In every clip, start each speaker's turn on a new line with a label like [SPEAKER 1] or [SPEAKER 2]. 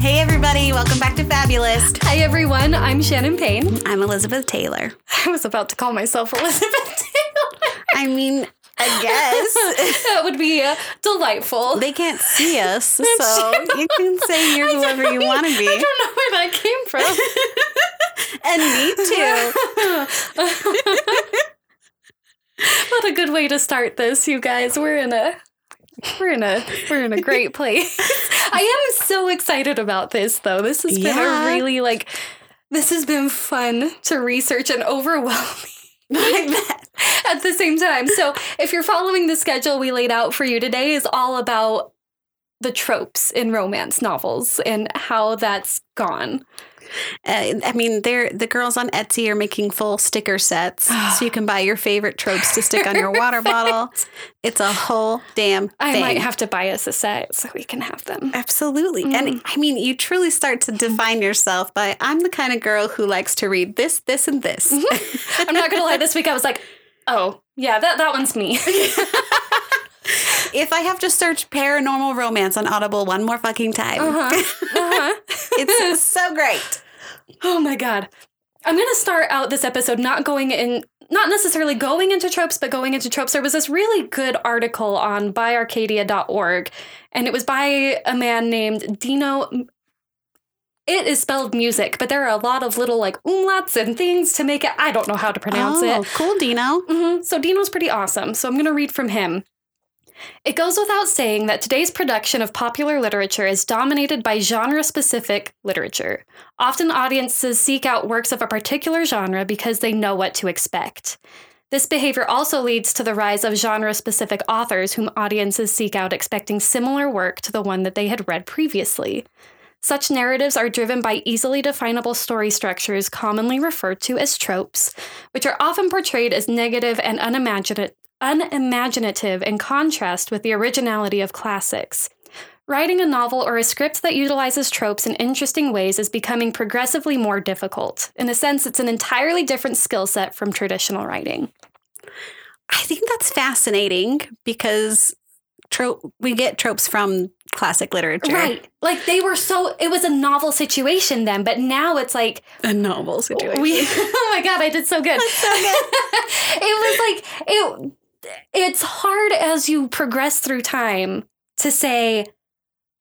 [SPEAKER 1] everybody. Welcome back to Fabulist.
[SPEAKER 2] Hi, everyone. I'm Shannon Payne.
[SPEAKER 1] I'm Elizabeth Taylor.
[SPEAKER 2] I was about to call myself Elizabeth Taylor.
[SPEAKER 1] I mean, I guess
[SPEAKER 2] that would be uh, delightful.
[SPEAKER 1] they can't see us, so you can say you're whoever you want to
[SPEAKER 2] I
[SPEAKER 1] be.
[SPEAKER 2] don't know where that came from.
[SPEAKER 1] And me too.
[SPEAKER 2] what a good way to start this, you guys. We're in a we're in a we're in a great place. I am so excited about this though. This has been
[SPEAKER 1] Yeah.
[SPEAKER 2] a really like this has been fun to research and overwhelming. At the same time. So, if you're following the schedule we laid out for you today is all about the tropes in romance novels and how that's gone.
[SPEAKER 1] Uh, I mean, they're the girls on Etsy are making full sticker sets, so you can buy your favorite tropes to stick on your water bottle. It's a whole damn thing.
[SPEAKER 2] I might have to buy us a set so we can have them.
[SPEAKER 1] Absolutely. And
[SPEAKER 2] Mm.
[SPEAKER 1] I mean, you truly start to define yourself by I'm the kind of girl who likes to read this, this, and this.
[SPEAKER 2] I'm not gonna lie, this week I was like, oh, yeah, that, that one's me.
[SPEAKER 1] if I have to search paranormal romance on Audible one more fucking time,
[SPEAKER 2] Uh-huh.
[SPEAKER 1] it's so great.
[SPEAKER 2] oh my god. I'm gonna start out this episode not going in not necessarily going into tropes, but going into tropes. There was this really good article on byarcadia.org, and it was by a man named Dino. It is spelled music, but there are a lot of little like umlauts and things to make it. I don't know how to pronounce it.
[SPEAKER 1] oh, cool, Dino.
[SPEAKER 2] hmm So Dino's pretty awesome. So I'm going to read from him. It goes without saying that today's production of popular literature is dominated by genre specific literature. Often audiences seek out works of a particular genre because they know what to expect. This behavior also leads to the rise of genre specific authors whom audiences seek out expecting similar work to the one that they had read previously. Such narratives are driven by easily definable story structures commonly referred to as tropes, which are often portrayed as negative and unimaginative, unimaginative in contrast with the originality of classics. Writing a novel or a script that utilizes tropes in interesting ways is becoming progressively more difficult. In a sense, it's an entirely different skill set from traditional writing.
[SPEAKER 1] I think that's fascinating because trope we get tropes from classic literature.
[SPEAKER 2] Right. Like they were so it was a novel situation then, but now it's like
[SPEAKER 1] A novel situation.
[SPEAKER 2] we Oh my god, I did so good. it was like it it's hard as you progress through time to say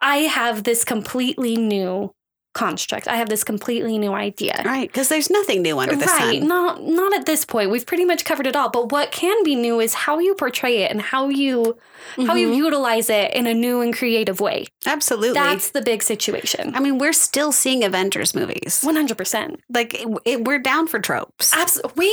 [SPEAKER 2] I have this completely new construct. I have this completely new idea.
[SPEAKER 1] right, because there's nothing new under the
[SPEAKER 2] right.
[SPEAKER 1] sun.
[SPEAKER 2] Not not at this point. We've pretty much covered it all, but what can be new is how you portray it and how you how you
[SPEAKER 1] Mhm.
[SPEAKER 2] utilize it in a new and creative way.
[SPEAKER 1] Mm-hmm. Absolutely.
[SPEAKER 2] That's the big situation.
[SPEAKER 1] I mean, we're still seeing Avengers movies.
[SPEAKER 2] 100%.
[SPEAKER 1] Like, it, it- we're down for tropes.
[SPEAKER 2] Abs- we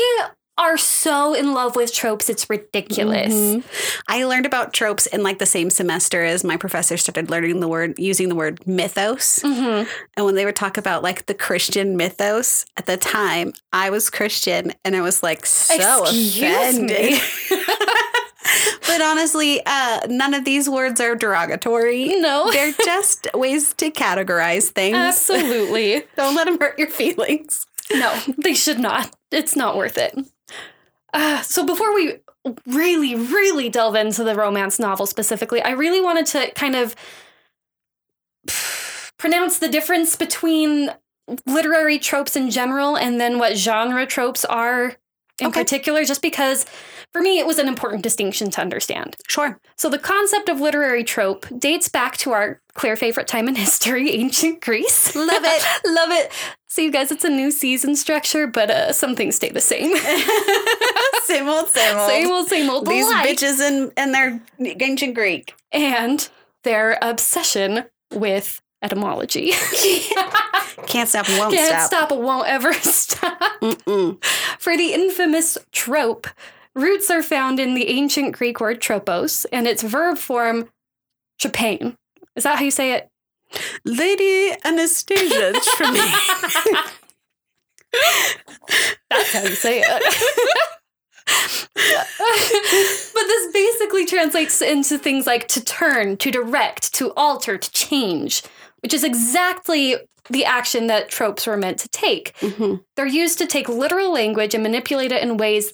[SPEAKER 2] are so in love with tropes, it's ridiculous.
[SPEAKER 1] Mhm. I learned about tropes in like the same semester as my professor started learning the word, using the word mythos.
[SPEAKER 2] Mhm.
[SPEAKER 1] And when they would talk about like the Christian mythos at the time, I was Christian and I was like so
[SPEAKER 2] Excuse
[SPEAKER 1] offended.
[SPEAKER 2] me.
[SPEAKER 1] but honestly, uh, none of these words are derogatory.
[SPEAKER 2] No.
[SPEAKER 1] They're just ways to categorize things.
[SPEAKER 2] Absolutely.
[SPEAKER 1] Don't let them hurt your feelings.
[SPEAKER 2] No, they should not. It's not worth it. Uh, so, before we really, really delve into the romance novel specifically, I really wanted to kind of pronounce the difference between literary tropes in general and then what genre tropes are in
[SPEAKER 1] Okay.
[SPEAKER 2] particular, just because for me it was an important distinction to understand.
[SPEAKER 1] Sure.
[SPEAKER 2] So the concept of literary trope dates back to our clear favorite time in history, ancient Greece.
[SPEAKER 1] Love it.
[SPEAKER 2] Love it. So you guys, it's a new season structure, but uh, some things stay the same.
[SPEAKER 1] Same old, same old.
[SPEAKER 2] same old, same old.
[SPEAKER 1] These
[SPEAKER 2] like-
[SPEAKER 1] bitches and and their ancient Greek.
[SPEAKER 2] and their obsession with etymology.
[SPEAKER 1] Can't stop and won't
[SPEAKER 2] Can't
[SPEAKER 1] stop.
[SPEAKER 2] stop, won't ever stop.
[SPEAKER 1] Mm-mm.
[SPEAKER 2] For the infamous trope, roots are found in the ancient Greek word tropos and its verb form, tropain. Is that how you say it?
[SPEAKER 1] Lady Anastasia from
[SPEAKER 2] That's how you say it. but this basically translates into things like to turn, to direct, to alter, to change, which is exactly the action that tropes were meant to take.
[SPEAKER 1] hmm
[SPEAKER 2] They're used to take literal language and manipulate it in ways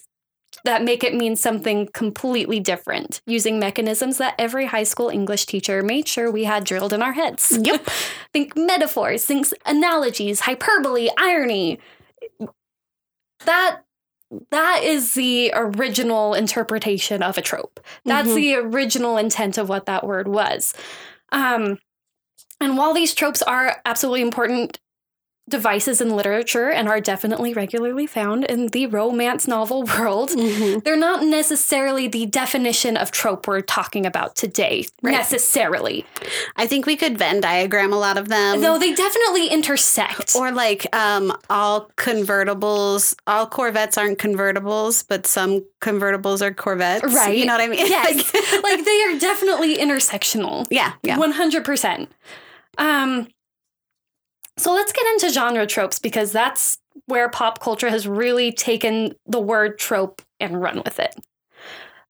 [SPEAKER 2] that make it mean something completely different using mechanisms that every high school English teacher made sure we had drilled in our heads.
[SPEAKER 1] Yep.
[SPEAKER 2] think metaphors, think analogies, hyperbole, irony. That that is the original interpretation of a trope. That's
[SPEAKER 1] Mhm.
[SPEAKER 2] the original intent of what that word was. Um, and while these tropes are absolutely important devices in literature and are definitely regularly found in the romance novel world,
[SPEAKER 1] Mhm.
[SPEAKER 2] they're not necessarily the definition of trope we're talking about today,
[SPEAKER 1] Right.
[SPEAKER 2] necessarily.
[SPEAKER 1] I think we could Venn diagram a lot of them.
[SPEAKER 2] Though they definitely intersect.
[SPEAKER 1] Um, or like um all convertibles, all Corvettes aren't convertibles, but some convertibles are Corvettes.
[SPEAKER 2] Right.
[SPEAKER 1] You know what I mean?
[SPEAKER 2] yes,
[SPEAKER 1] Like-
[SPEAKER 2] like they are definitely intersectional.
[SPEAKER 1] yeah. Yeah.
[SPEAKER 2] One hundred percent. Um, so let's get into genre tropes because that's where pop culture has really taken the word trope and run with it.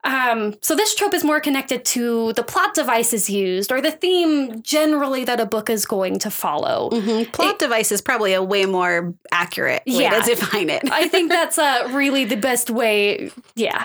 [SPEAKER 2] Um, so this trope is more connected to the plot devices used or the theme generally that a book is going to follow.
[SPEAKER 1] Mhm. Plot device is probably a way more accurate way
[SPEAKER 2] Yeah.
[SPEAKER 1] to define it.
[SPEAKER 2] I think that's uh, really the best way. Yeah.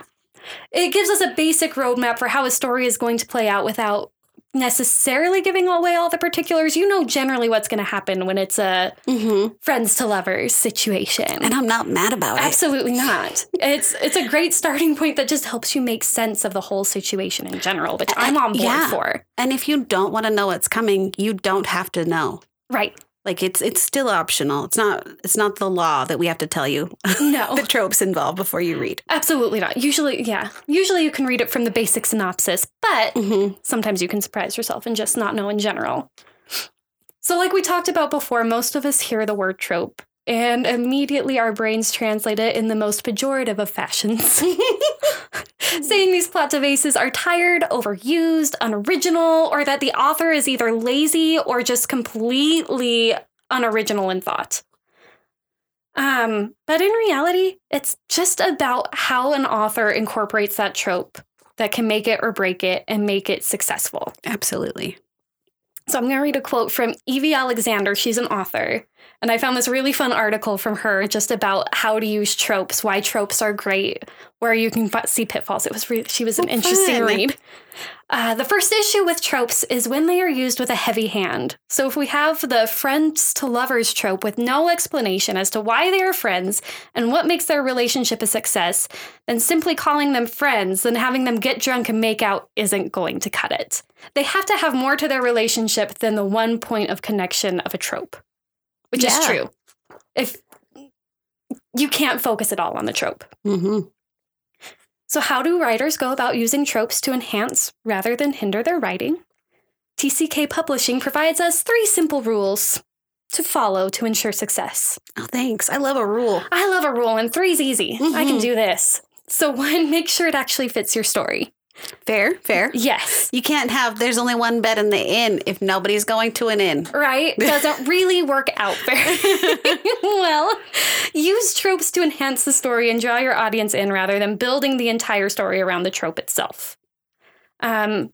[SPEAKER 2] It gives us a basic roadmap for how a story is going to play out without necessarily giving away all the particulars. You know generally what's going to happen when it's a
[SPEAKER 1] Mhm.
[SPEAKER 2] friends to lovers situation.
[SPEAKER 1] And I'm not mad about it.
[SPEAKER 2] Absolutely not. It's it's a great starting point that just helps you make sense of the whole situation in general, which I'm on board
[SPEAKER 1] Yeah.
[SPEAKER 2] for.
[SPEAKER 1] And if you don't want to know what's coming, you don't have to know.
[SPEAKER 2] Right.
[SPEAKER 1] Like it's it's still optional. It's not it's not the law that we have to tell you
[SPEAKER 2] No.
[SPEAKER 1] the tropes involved before you read.
[SPEAKER 2] Absolutely not. Usually, yeah. Usually you can read it from the basic synopsis, but
[SPEAKER 1] Mm-hmm.
[SPEAKER 2] sometimes you can surprise yourself and just not know in general. So, like we talked about before, most of us hear the word trope and immediately our brains translate it in the most pejorative of fashions. Saying these plot devices are tired, overused, unoriginal, or that the author is either lazy or just completely unoriginal in thought. Um, but in reality, it's just about how an author incorporates that trope that can make it or break it and make it successful.
[SPEAKER 1] Absolutely.
[SPEAKER 2] So I'm going to read a quote from Evie Alexander. She's an author. And I found this really fun article from her just about how to use tropes, why tropes are great, where you can fi- see pitfalls. It was really, she was an
[SPEAKER 1] Oh,
[SPEAKER 2] interesting
[SPEAKER 1] fun.
[SPEAKER 2] read. Uh, the first issue with tropes is when they are used with a heavy hand. So if we have the friends to lovers trope with no explanation as to why they are friends and what makes their relationship a success, then simply calling them friends and having them get drunk and make out isn't going to cut it. They have to have more to their relationship than the one point of connection of a trope, which is
[SPEAKER 1] Yeah.
[SPEAKER 2] true. If you can't focus it all on the trope.
[SPEAKER 1] Mm-hmm.
[SPEAKER 2] So, how do writers go about using tropes to enhance rather than hinder their writing? TCK Publishing provides us three simple rules to follow to ensure success.
[SPEAKER 1] Oh, thanks. I love a rule.
[SPEAKER 2] I love a rule, and three's easy. I can
[SPEAKER 1] Mhm.
[SPEAKER 2] do this. So, one, make sure it actually fits your story.
[SPEAKER 1] Fair, fair.
[SPEAKER 2] Yes.
[SPEAKER 1] You can't have there's only one bed in the inn if nobody's going to an inn.
[SPEAKER 2] Right? Doesn't really work out very well. Use tropes to enhance the story and draw your audience in rather than building the entire story around the trope itself. Um,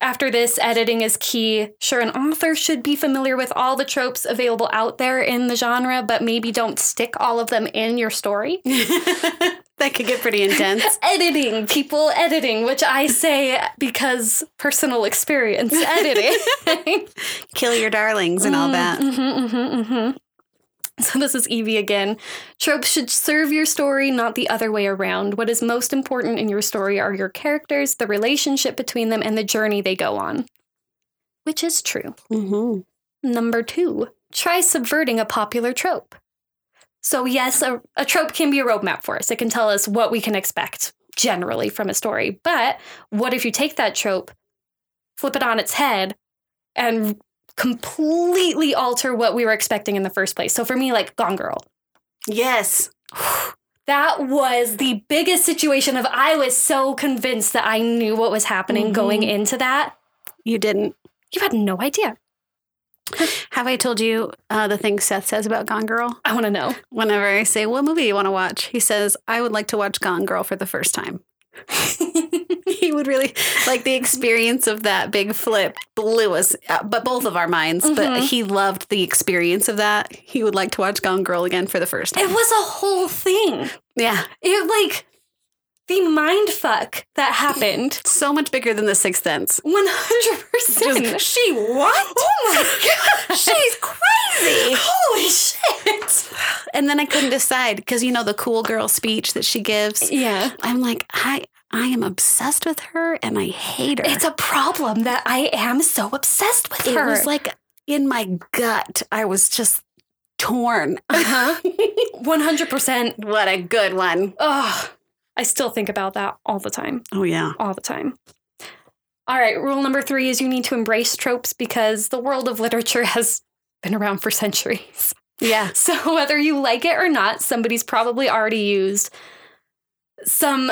[SPEAKER 2] after this, editing is key. Sure, an author should be familiar with all the tropes available out there in the genre, but maybe don't stick all of them in your story.
[SPEAKER 1] that could get pretty intense.
[SPEAKER 2] editing, people editing, which I say because personal experience editing.
[SPEAKER 1] Kill your darlings and all that.
[SPEAKER 2] Mm, mhm, mhm, mhm. So this is Evie again. Tropes should serve your story, not the other way around. What is most important in your story are your characters, the relationship between them, and the journey they go on. Which is true.
[SPEAKER 1] Mm-hmm.
[SPEAKER 2] Number two, try subverting a popular trope. So, yes, a, a trope can be a roadmap for us. It can tell us what we can expect generally from a story. But what if you take that trope, flip it on its head, and completely alter what we were expecting in the first place? So, for me, like Gone Girl,
[SPEAKER 1] Yes.
[SPEAKER 2] that was the biggest situation of I was so convinced that I knew what was happening
[SPEAKER 1] Mhm.
[SPEAKER 2] going into that.
[SPEAKER 1] You didn't.
[SPEAKER 2] You had no idea.
[SPEAKER 1] Have I told you uh, the thing Seth says about Gone Girl?
[SPEAKER 2] I want to know.
[SPEAKER 1] Whenever I say, What movie do you want to watch? He says, I would like to watch Gone Girl for the first time. he would really like the experience of that big flip blew us, uh, but both of our minds. But
[SPEAKER 2] Mhm.
[SPEAKER 1] he loved the experience of that. He would like to watch Gone Girl again for the first
[SPEAKER 2] It
[SPEAKER 1] time.
[SPEAKER 2] was a whole thing.
[SPEAKER 1] Yeah,
[SPEAKER 2] It like the mind fuck that happened.
[SPEAKER 1] so much bigger than The Sixth Sense.
[SPEAKER 2] One hundred
[SPEAKER 1] Just,
[SPEAKER 2] percent.
[SPEAKER 1] she what?
[SPEAKER 2] Oh my god,
[SPEAKER 1] She's crazy.
[SPEAKER 2] holy shit.
[SPEAKER 1] And then I couldn't decide because you know the cool girl speech that she gives.
[SPEAKER 2] Yeah,
[SPEAKER 1] I'm like, I I am obsessed with her and I hate her.
[SPEAKER 2] it's a problem that I am so obsessed with
[SPEAKER 1] it
[SPEAKER 2] her.
[SPEAKER 1] was like in my gut. I was just torn.
[SPEAKER 2] uh-huh. one hundred percent.
[SPEAKER 1] What a good one.
[SPEAKER 2] Ugh, I still think about that all the time,
[SPEAKER 1] Oh yeah.
[SPEAKER 2] all the time. All right, rule number three is you need to embrace tropes because the world of literature has been around for centuries.
[SPEAKER 1] Yeah.
[SPEAKER 2] So whether you like it or not, somebody's probably already used some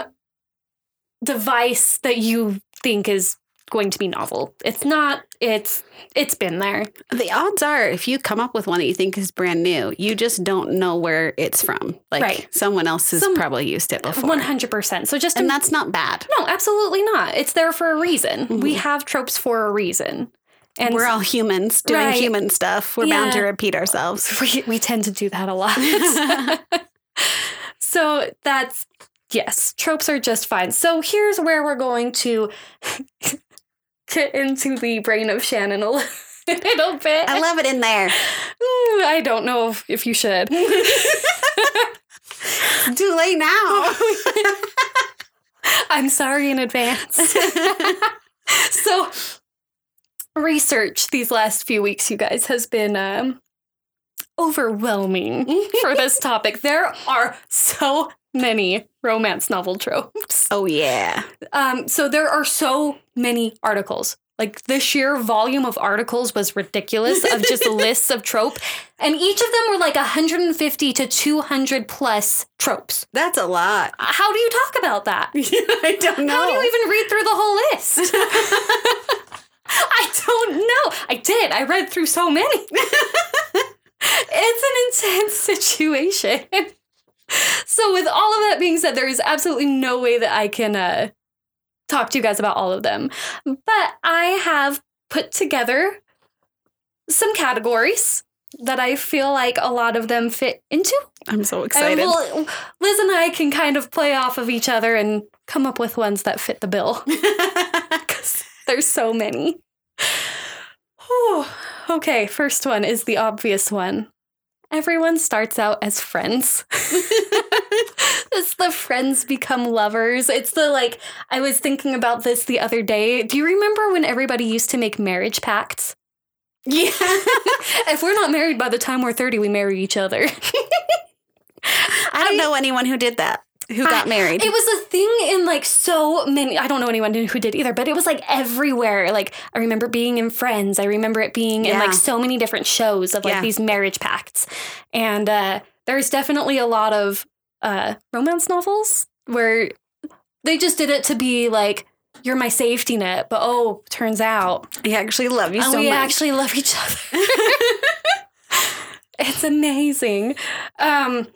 [SPEAKER 2] device that you think is going to be novel. It's not. It's it's been there.
[SPEAKER 1] The odds are if you come up with one that you think is brand new, you just don't know where it's from. Like
[SPEAKER 2] Right.
[SPEAKER 1] someone else has
[SPEAKER 2] Some-
[SPEAKER 1] probably used it before.
[SPEAKER 2] One hundred percent. So just
[SPEAKER 1] Oh, and that's not bad.
[SPEAKER 2] no, absolutely not. It's there for a reason. We
[SPEAKER 1] Mhm.
[SPEAKER 2] have tropes for a reason, and
[SPEAKER 1] We're all humans doing
[SPEAKER 2] Right.
[SPEAKER 1] human stuff. We're bound to
[SPEAKER 2] Yeah.
[SPEAKER 1] repeat ourselves.
[SPEAKER 2] we we tend to do that a lot. so that's yes, tropes are just fine. So here's where we're going to get into the brain of Shannon a little bit.
[SPEAKER 1] I love it in there.
[SPEAKER 2] Ooh, I don't know if, if you should.
[SPEAKER 1] Too late now.
[SPEAKER 2] I'm sorry in advance. so research these last few weeks you guys has been um overwhelming for this topic there are so many romance novel tropes
[SPEAKER 1] oh yeah.
[SPEAKER 2] um so there are so many articles like the sheer volume of articles was ridiculous of just lists of trope and each of them were like 150 to 200 plus tropes
[SPEAKER 1] That's a lot.
[SPEAKER 2] how do you talk about that
[SPEAKER 1] I don't know.
[SPEAKER 2] how do you even read through the whole list? I don't know. I did. I read through so many. it's an intense situation. So, with all of that being said, there is absolutely no way that I can uh, talk to you guys about all of them. But I have put together some categories that I feel like a lot of them fit into.
[SPEAKER 1] I'm so excited.
[SPEAKER 2] And we'll, Liz and I can kind of play off of each other and come up with ones that fit the bill. 'Cause There's so many. Whew. Okay, first one is the obvious one. Everyone starts out as friends. it's the friends become lovers. It's the like, I was thinking about this the other day. Do you remember when everybody used to make marriage pacts?
[SPEAKER 1] yeah.
[SPEAKER 2] If we're not married by the time we're 30, we marry each other.
[SPEAKER 1] I don't know anyone who did that, who got
[SPEAKER 2] I-
[SPEAKER 1] married.
[SPEAKER 2] It was a thing in like so many. I don't know anyone who did either, but it was like everywhere. Like I remember it being in Friends. I remember it being in
[SPEAKER 1] Yeah.
[SPEAKER 2] like so many different shows of like
[SPEAKER 1] Yeah.
[SPEAKER 2] these marriage pacts. And uh, there's definitely a lot of uh, romance novels where they just did it to be like. You're my safety net, but oh, turns out
[SPEAKER 1] I actually love you
[SPEAKER 2] and
[SPEAKER 1] so
[SPEAKER 2] Oh, we
[SPEAKER 1] much.
[SPEAKER 2] actually love each other. it's amazing. Um,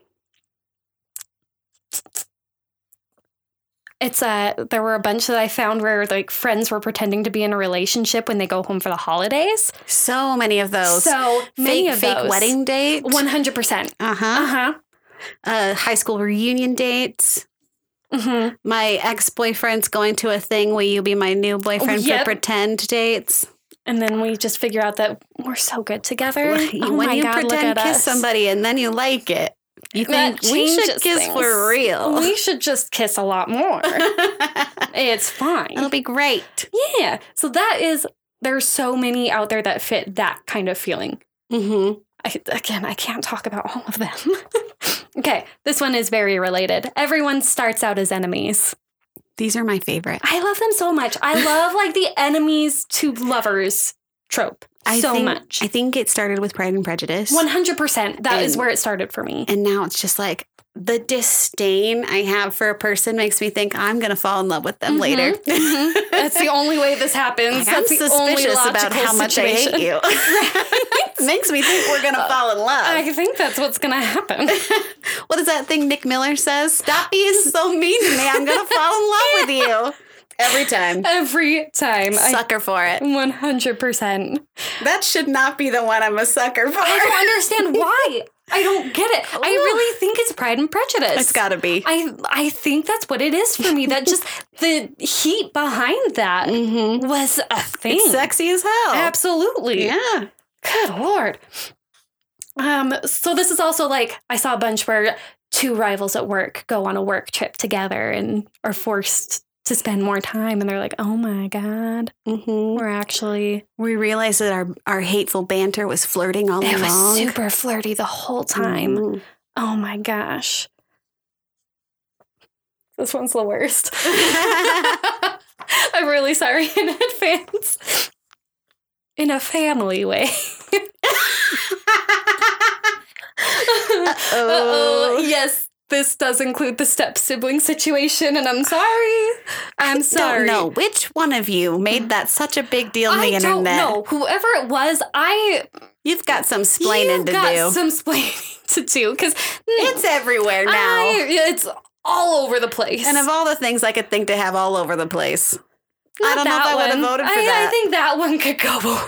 [SPEAKER 2] it's uh there were a bunch that I found where like friends were pretending to be in a relationship when they go home for the holidays.
[SPEAKER 1] so many of those.
[SPEAKER 2] so many
[SPEAKER 1] fake
[SPEAKER 2] of
[SPEAKER 1] fake
[SPEAKER 2] those.
[SPEAKER 1] wedding date.
[SPEAKER 2] one hundred percent. Uh
[SPEAKER 1] uh-huh.
[SPEAKER 2] huh.
[SPEAKER 1] Uh high school reunion dates.
[SPEAKER 2] Mm-hmm.
[SPEAKER 1] My ex-boyfriend's going to a thing. Will you be my new boyfriend
[SPEAKER 2] yep.
[SPEAKER 1] for pretend dates?
[SPEAKER 2] And then we just figure out that we're so good together. oh
[SPEAKER 1] when
[SPEAKER 2] my
[SPEAKER 1] you
[SPEAKER 2] god! look
[SPEAKER 1] pretend
[SPEAKER 2] at
[SPEAKER 1] kiss
[SPEAKER 2] us.
[SPEAKER 1] somebody and then you like it, you
[SPEAKER 2] That
[SPEAKER 1] think we should
[SPEAKER 2] changes
[SPEAKER 1] kiss for
[SPEAKER 2] things.
[SPEAKER 1] real.
[SPEAKER 2] we should just kiss a lot more. it's fine.
[SPEAKER 1] It'll be great.
[SPEAKER 2] Yeah. So that is, there's so many out there that fit that kind of feeling.
[SPEAKER 1] Mm-hmm.
[SPEAKER 2] I, again, I can't talk about all of them. okay. This one is very related. Everyone starts out as enemies.
[SPEAKER 1] These are my favorite.
[SPEAKER 2] I love them so much. I love like the enemies to lovers trope
[SPEAKER 1] I
[SPEAKER 2] so
[SPEAKER 1] think-
[SPEAKER 2] much.
[SPEAKER 1] I think it started with Pride and Prejudice.
[SPEAKER 2] 100%. That is
[SPEAKER 1] And-
[SPEAKER 2] where it started for me.
[SPEAKER 1] And now it's just like the disdain I have for a person makes me think I'm going to fall in love with them
[SPEAKER 2] Mhm,
[SPEAKER 1] later.
[SPEAKER 2] mhm. That's the only way this happens.
[SPEAKER 1] Like, I'm
[SPEAKER 2] That's the only
[SPEAKER 1] suspicious about
[SPEAKER 2] logical
[SPEAKER 1] how much
[SPEAKER 2] situation.
[SPEAKER 1] I hate you. makes me think we're going to fall in love.
[SPEAKER 2] I think that's what's going to happen.
[SPEAKER 1] what is that thing Nick Miller says? Stop being so mean to me. I'm going to fall in love with you. Every time.
[SPEAKER 2] Every time. I
[SPEAKER 1] Sucker for it.
[SPEAKER 2] 100%.
[SPEAKER 1] That should not be the one I'm a sucker for.
[SPEAKER 2] I don't understand why. I don't get it. I really think it's Pride and Prejudice.
[SPEAKER 1] Oh. It's got to be.
[SPEAKER 2] I I think that's what it is for me. That just the heat behind that
[SPEAKER 1] mm-hmm.
[SPEAKER 2] was a thing.
[SPEAKER 1] It's sexy as hell.
[SPEAKER 2] Absolutely.
[SPEAKER 1] Yeah.
[SPEAKER 2] Good lord. Um. So this is also like I saw a bunch where two rivals at work go on a work trip together and are forced to spend more time, and they're like, "Oh my god,
[SPEAKER 1] Mm-hmm.
[SPEAKER 2] we're actually."
[SPEAKER 1] We realized that our, our hateful banter was flirting all
[SPEAKER 2] It was
[SPEAKER 1] along.
[SPEAKER 2] super flirty the whole time.
[SPEAKER 1] Mhm.
[SPEAKER 2] Oh my gosh. This one's the worst. I'm really sorry in advance. In a family way. Uh-oh. Yes, this does include the step sibling situation, and I'm sorry. I'm sorry.
[SPEAKER 1] Don't know which one of you made that such a big deal on
[SPEAKER 2] I
[SPEAKER 1] the
[SPEAKER 2] don't
[SPEAKER 1] internet.
[SPEAKER 2] know. Whoever it was, I
[SPEAKER 1] You've got some
[SPEAKER 2] you've
[SPEAKER 1] splaining to
[SPEAKER 2] got
[SPEAKER 1] do.
[SPEAKER 2] some splaining to do because
[SPEAKER 1] it's everywhere now.
[SPEAKER 2] it's all over the place.
[SPEAKER 1] and of all the things I could think to have all over the place, I don't know if I would have
[SPEAKER 2] one.
[SPEAKER 1] voted for
[SPEAKER 2] I, I
[SPEAKER 1] that.
[SPEAKER 2] think that one could go away.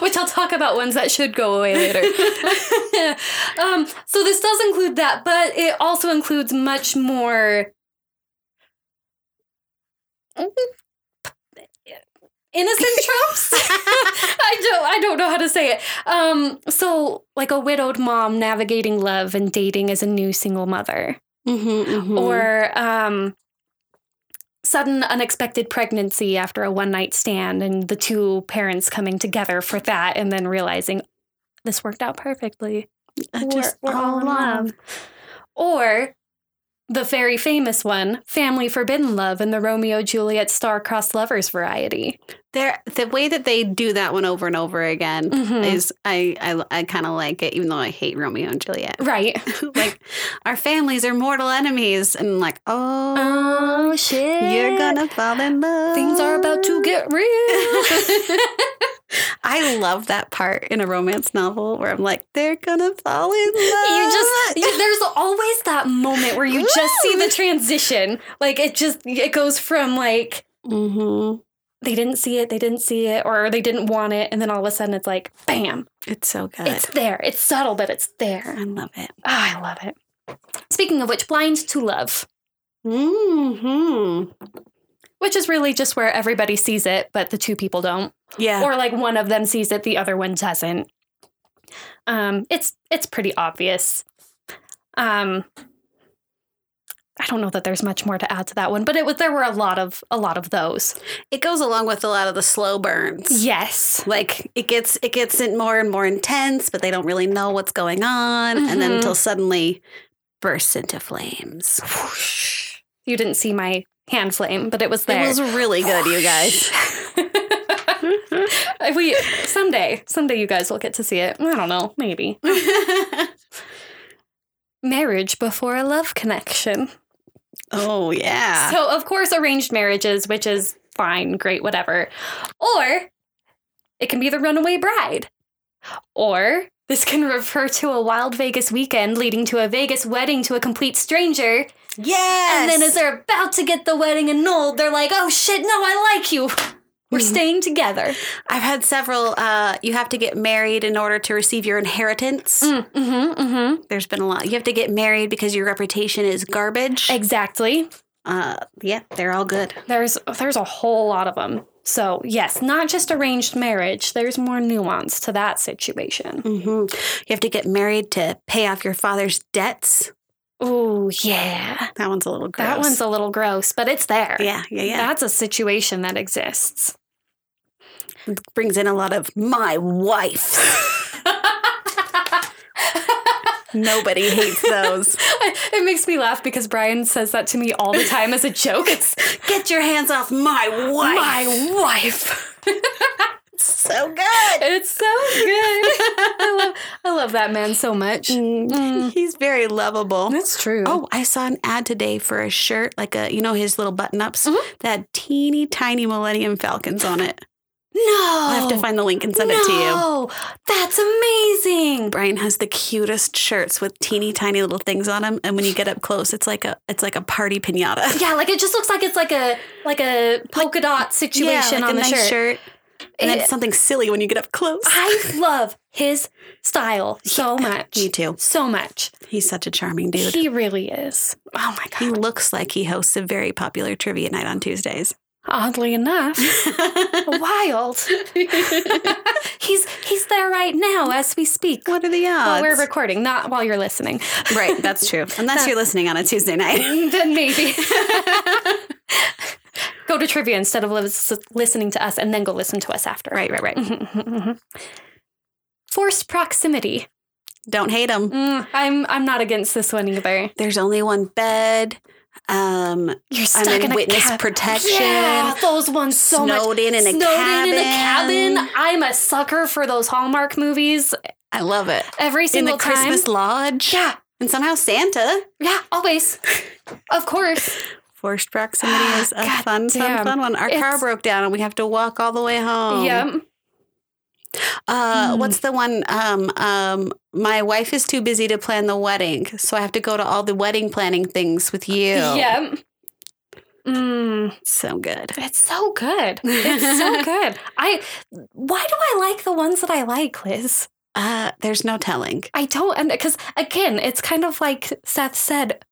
[SPEAKER 2] Which I'll talk about ones that should go away later. um, so this does include that, but it also includes much more innocent tropes. I don't I don't know how to say it. Um, so like a widowed mom navigating love and dating as a new single mother mm-hmm. or um, sudden unexpected pregnancy after a one night stand and the two parents coming together for that and then realizing this worked out perfectly
[SPEAKER 1] I
[SPEAKER 2] We're-
[SPEAKER 1] just-
[SPEAKER 2] we're, all in
[SPEAKER 1] oh,
[SPEAKER 2] love or the very famous one family forbidden love and the romeo juliet star-crossed lovers variety
[SPEAKER 1] There, the way that they do that one over and over again
[SPEAKER 2] Mhm.
[SPEAKER 1] is I I, I kind of like it, even though I hate Romeo and Juliet.
[SPEAKER 2] right
[SPEAKER 1] like our families are mortal enemies, and like oh,
[SPEAKER 2] oh shit
[SPEAKER 1] you're gonna fall in love.
[SPEAKER 2] things are about to get real
[SPEAKER 1] I love that part in a romance novel where I'm like, they're gonna fall in love.
[SPEAKER 2] you just you- there's always that moment where you just see the transition like it just it goes from like
[SPEAKER 1] hmm
[SPEAKER 2] they didn't see it they didn't see it or they didn't want it and then all of a sudden it's like bam
[SPEAKER 1] It's so good.
[SPEAKER 2] it's there it's subtle but it's there
[SPEAKER 1] I love it.
[SPEAKER 2] oh, i love it speaking of which blind to love
[SPEAKER 1] hmm
[SPEAKER 2] which is really just where everybody sees it but the two people don't
[SPEAKER 1] Yeah.
[SPEAKER 2] or like one of them sees it the other one doesn't um it's it's pretty obvious um i don't know that there's much more to add to that one but it was there were a lot of a lot of those
[SPEAKER 1] it goes along with a lot of the slow burns.
[SPEAKER 2] yes
[SPEAKER 1] Like it gets it gets in more and more intense, but they don't really know what's going on, and then
[SPEAKER 2] Mhm.
[SPEAKER 1] until suddenly bursts into flames.
[SPEAKER 2] you didn't see my hand flame but it was there
[SPEAKER 1] It was really good, you guys.
[SPEAKER 2] we someday someday you guys will get to see it i don't know maybe marriage before a love connection
[SPEAKER 1] oh yeah.
[SPEAKER 2] So, of course, arranged marriages, which is fine, great, whatever. Or it can be the runaway bride. Or this can refer to a wild Vegas weekend leading to a Vegas wedding to a complete stranger.
[SPEAKER 1] yes.
[SPEAKER 2] And then, as they're about to get the wedding annulled, they're like, oh shit, no, I like you. We're staying together.
[SPEAKER 1] I've had several. Uh, you have to get married in order to receive your inheritance.
[SPEAKER 2] Mm-hmm, mm-hmm.
[SPEAKER 1] There's been a lot. You have to get married because your reputation is garbage.
[SPEAKER 2] Exactly.
[SPEAKER 1] Uh, yeah, they're all good.
[SPEAKER 2] There's there's a whole lot of them. So yes, not just arranged marriage. There's more nuance to that situation.
[SPEAKER 1] hmm You have to get married to pay off your father's debts.
[SPEAKER 2] Oh yeah.
[SPEAKER 1] That one's a little gross.
[SPEAKER 2] That one's a little gross, but it's there.
[SPEAKER 1] yeah, yeah, yeah.
[SPEAKER 2] That's a situation that exists.
[SPEAKER 1] brings in a lot of my wife. Nobody hates those.
[SPEAKER 2] it makes me laugh because Brian says that to me all the time as a joke. It's
[SPEAKER 1] Get your hands off my wife.
[SPEAKER 2] my wife.
[SPEAKER 1] so good.
[SPEAKER 2] It's so good. I, love, I love that man so much. Mm.
[SPEAKER 1] He's very lovable.
[SPEAKER 2] That's true.
[SPEAKER 1] Oh, I saw an ad today for a shirt, like a you know his little button ups
[SPEAKER 2] Mhm.
[SPEAKER 1] that had teeny tiny Millennium Falcons on it.
[SPEAKER 2] no.
[SPEAKER 1] Oh, I'll have to find the link and send it to you.
[SPEAKER 2] That's amazing. amazing.
[SPEAKER 1] Brian has the cutest shirts with teeny tiny little things on them, and when you get up close, it's like a it's like a party pinata.
[SPEAKER 2] Yeah, like it just looks like it's like a like a polka dot situation
[SPEAKER 1] yeah, like
[SPEAKER 2] on
[SPEAKER 1] a
[SPEAKER 2] the
[SPEAKER 1] nice
[SPEAKER 2] shirt.
[SPEAKER 1] shirt. and then
[SPEAKER 2] It-
[SPEAKER 1] it's something silly when you get up close.
[SPEAKER 2] I love his style so much.
[SPEAKER 1] Me too.
[SPEAKER 2] So much.
[SPEAKER 1] He's such a charming dude.
[SPEAKER 2] He really is. Oh my
[SPEAKER 1] He
[SPEAKER 2] god.
[SPEAKER 1] looks like he hosts a very popular trivia night on Tuesdays.
[SPEAKER 2] Oddly enough, wild. he's he's there right now as we speak.
[SPEAKER 1] what are the
[SPEAKER 2] While
[SPEAKER 1] odds?
[SPEAKER 2] we're recording, not while you're listening.
[SPEAKER 1] right, that's true. Unless you're listening on a Tuesday night.
[SPEAKER 2] then maybe. go to trivia instead of lis- listening to us and then go listen to us after.
[SPEAKER 1] Right, right, right.
[SPEAKER 2] Mhm, mhm, mhm. Forced proximity.
[SPEAKER 1] Don't hate him.
[SPEAKER 2] Mm, I'm I'm not against this one either.
[SPEAKER 1] There's only one bed. Um,
[SPEAKER 2] You're
[SPEAKER 1] I'm
[SPEAKER 2] stuck
[SPEAKER 1] in,
[SPEAKER 2] in a
[SPEAKER 1] witness
[SPEAKER 2] cab-
[SPEAKER 1] protection.
[SPEAKER 2] Yeah, those ones so much.
[SPEAKER 1] snowed in in a
[SPEAKER 2] Snowden
[SPEAKER 1] cabin.
[SPEAKER 2] in a cabin. I'm a sucker for those Hallmark movies
[SPEAKER 1] I love it.
[SPEAKER 2] every
[SPEAKER 1] In
[SPEAKER 2] single
[SPEAKER 1] the
[SPEAKER 2] time.
[SPEAKER 1] Christmas lodge.
[SPEAKER 2] Yeah,
[SPEAKER 1] And somehow Santa.
[SPEAKER 2] yeah, always. of course.
[SPEAKER 1] Forced proximity is a
[SPEAKER 2] Ah, God
[SPEAKER 1] fun,
[SPEAKER 2] damn.
[SPEAKER 1] fun, fun one. Our car
[SPEAKER 2] It's-
[SPEAKER 1] broke down and we have to walk all the way home.
[SPEAKER 2] Yeah.
[SPEAKER 1] Uh,
[SPEAKER 2] Hmm.
[SPEAKER 1] What's the one? Um, um, my wife is too busy to plan the wedding, so I have to go to all the wedding planning things with you.
[SPEAKER 2] Yeah. Mm,
[SPEAKER 1] so good.
[SPEAKER 2] it's so good. It's so good. I why do I like the ones that I like, Liz?
[SPEAKER 1] Uh, there's no telling.
[SPEAKER 2] I don't and because again, it's kind of like Seth said,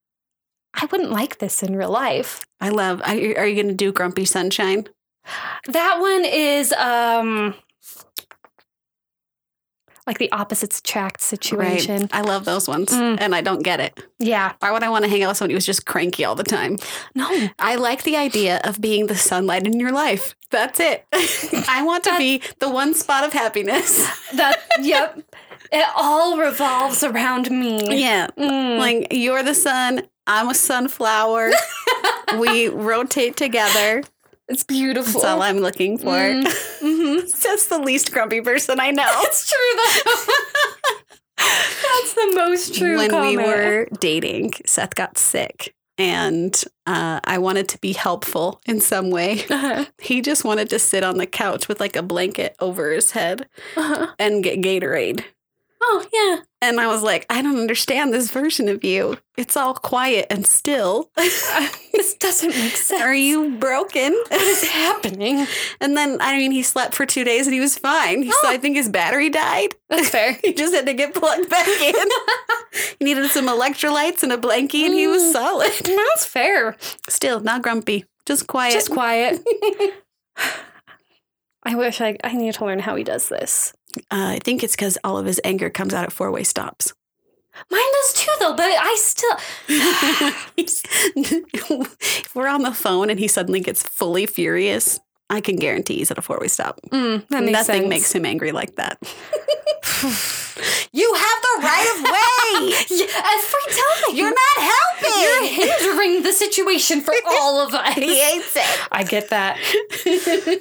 [SPEAKER 2] I wouldn't like this in real life.
[SPEAKER 1] I love. Are you, are you going to do Grumpy Sunshine?
[SPEAKER 2] That one is um like the opposites attract situation.
[SPEAKER 1] I love those ones,
[SPEAKER 2] Mm.
[SPEAKER 1] and I don't get it.
[SPEAKER 2] Yeah.
[SPEAKER 1] Why would I want to hang out with someone who was just cranky all the time?
[SPEAKER 2] No.
[SPEAKER 1] I like the idea of being the sunlight in your life. That's it. I want to be the one spot of happiness.
[SPEAKER 2] That yep. It all revolves around me.
[SPEAKER 1] Yeah.
[SPEAKER 2] Mm.
[SPEAKER 1] Like you're the sun, I'm a sunflower. we rotate together.
[SPEAKER 2] it's beautiful.
[SPEAKER 1] That's all I'm looking for.
[SPEAKER 2] Mm. Mhm.
[SPEAKER 1] That's the least grumpy person I know.
[SPEAKER 2] It's true though. That's the most true
[SPEAKER 1] when
[SPEAKER 2] comment.
[SPEAKER 1] we were dating, Seth got sick and uh, I wanted to be helpful in some way.
[SPEAKER 2] Uh-huh.
[SPEAKER 1] He just wanted to sit on the couch with like a blanket over his head
[SPEAKER 2] Uh-huh.
[SPEAKER 1] and get Gatorade.
[SPEAKER 2] Oh yeah.
[SPEAKER 1] And I was like, I don't understand this version of you. It's all quiet and still.
[SPEAKER 2] This doesn't make sense.
[SPEAKER 1] Are you broken?
[SPEAKER 2] What is happening?
[SPEAKER 1] And then, I mean, he slept for two days and he was fine.
[SPEAKER 2] Oh.
[SPEAKER 1] He- So I think his battery died.
[SPEAKER 2] That's fair.
[SPEAKER 1] He just had to get plugged back in. he needed some electrolytes and a blankie, and he was
[SPEAKER 2] Mm.
[SPEAKER 1] solid.
[SPEAKER 2] That's fair.
[SPEAKER 1] Still not grumpy, just quiet.
[SPEAKER 2] Just quiet. I wish I I need to learn how he does this.
[SPEAKER 1] uh, I think it's because all of his anger comes out at four way stops.
[SPEAKER 2] Mine does too though, but I still
[SPEAKER 1] if we're on the phone and he suddenly gets fully furious, I can guarantee he's at a four way stop.
[SPEAKER 2] Mm, that makes
[SPEAKER 1] Nothing
[SPEAKER 2] sense.
[SPEAKER 1] makes him angry like that. you have the right of way.
[SPEAKER 2] Yeah, every time
[SPEAKER 1] You're not helping.
[SPEAKER 2] You're hindering the situation for all of us.
[SPEAKER 1] hates it.
[SPEAKER 2] I get that.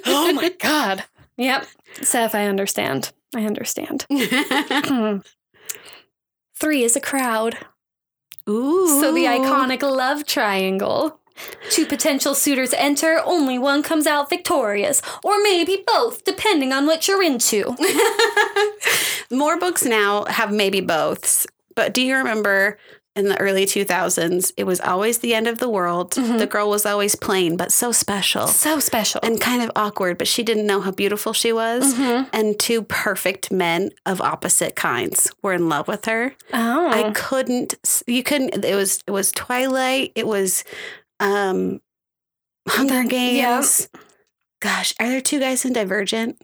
[SPEAKER 2] oh my god. Yep. Seth, I understand. I understand. Three is a crowd.
[SPEAKER 1] Ooh.
[SPEAKER 2] So the iconic love triangle. Two potential suitors enter, only one comes out victorious, or maybe both, depending on what you're into.
[SPEAKER 1] More books now have maybe both. But do you remember in the early 2000s, it was always the end of the world.
[SPEAKER 2] Mhm.
[SPEAKER 1] The girl was always plain, but so special
[SPEAKER 2] So special.
[SPEAKER 1] and kind of awkward, but she didn't know how beautiful she was.
[SPEAKER 2] Mhm.
[SPEAKER 1] And two perfect men of opposite kinds were in love with her.
[SPEAKER 2] Oh.
[SPEAKER 1] I couldn't. s- You couldn't. It was. It was Twilight. It was, um, Hunger
[SPEAKER 2] yeah.
[SPEAKER 1] Games. Gosh, are there two guys in Divergent?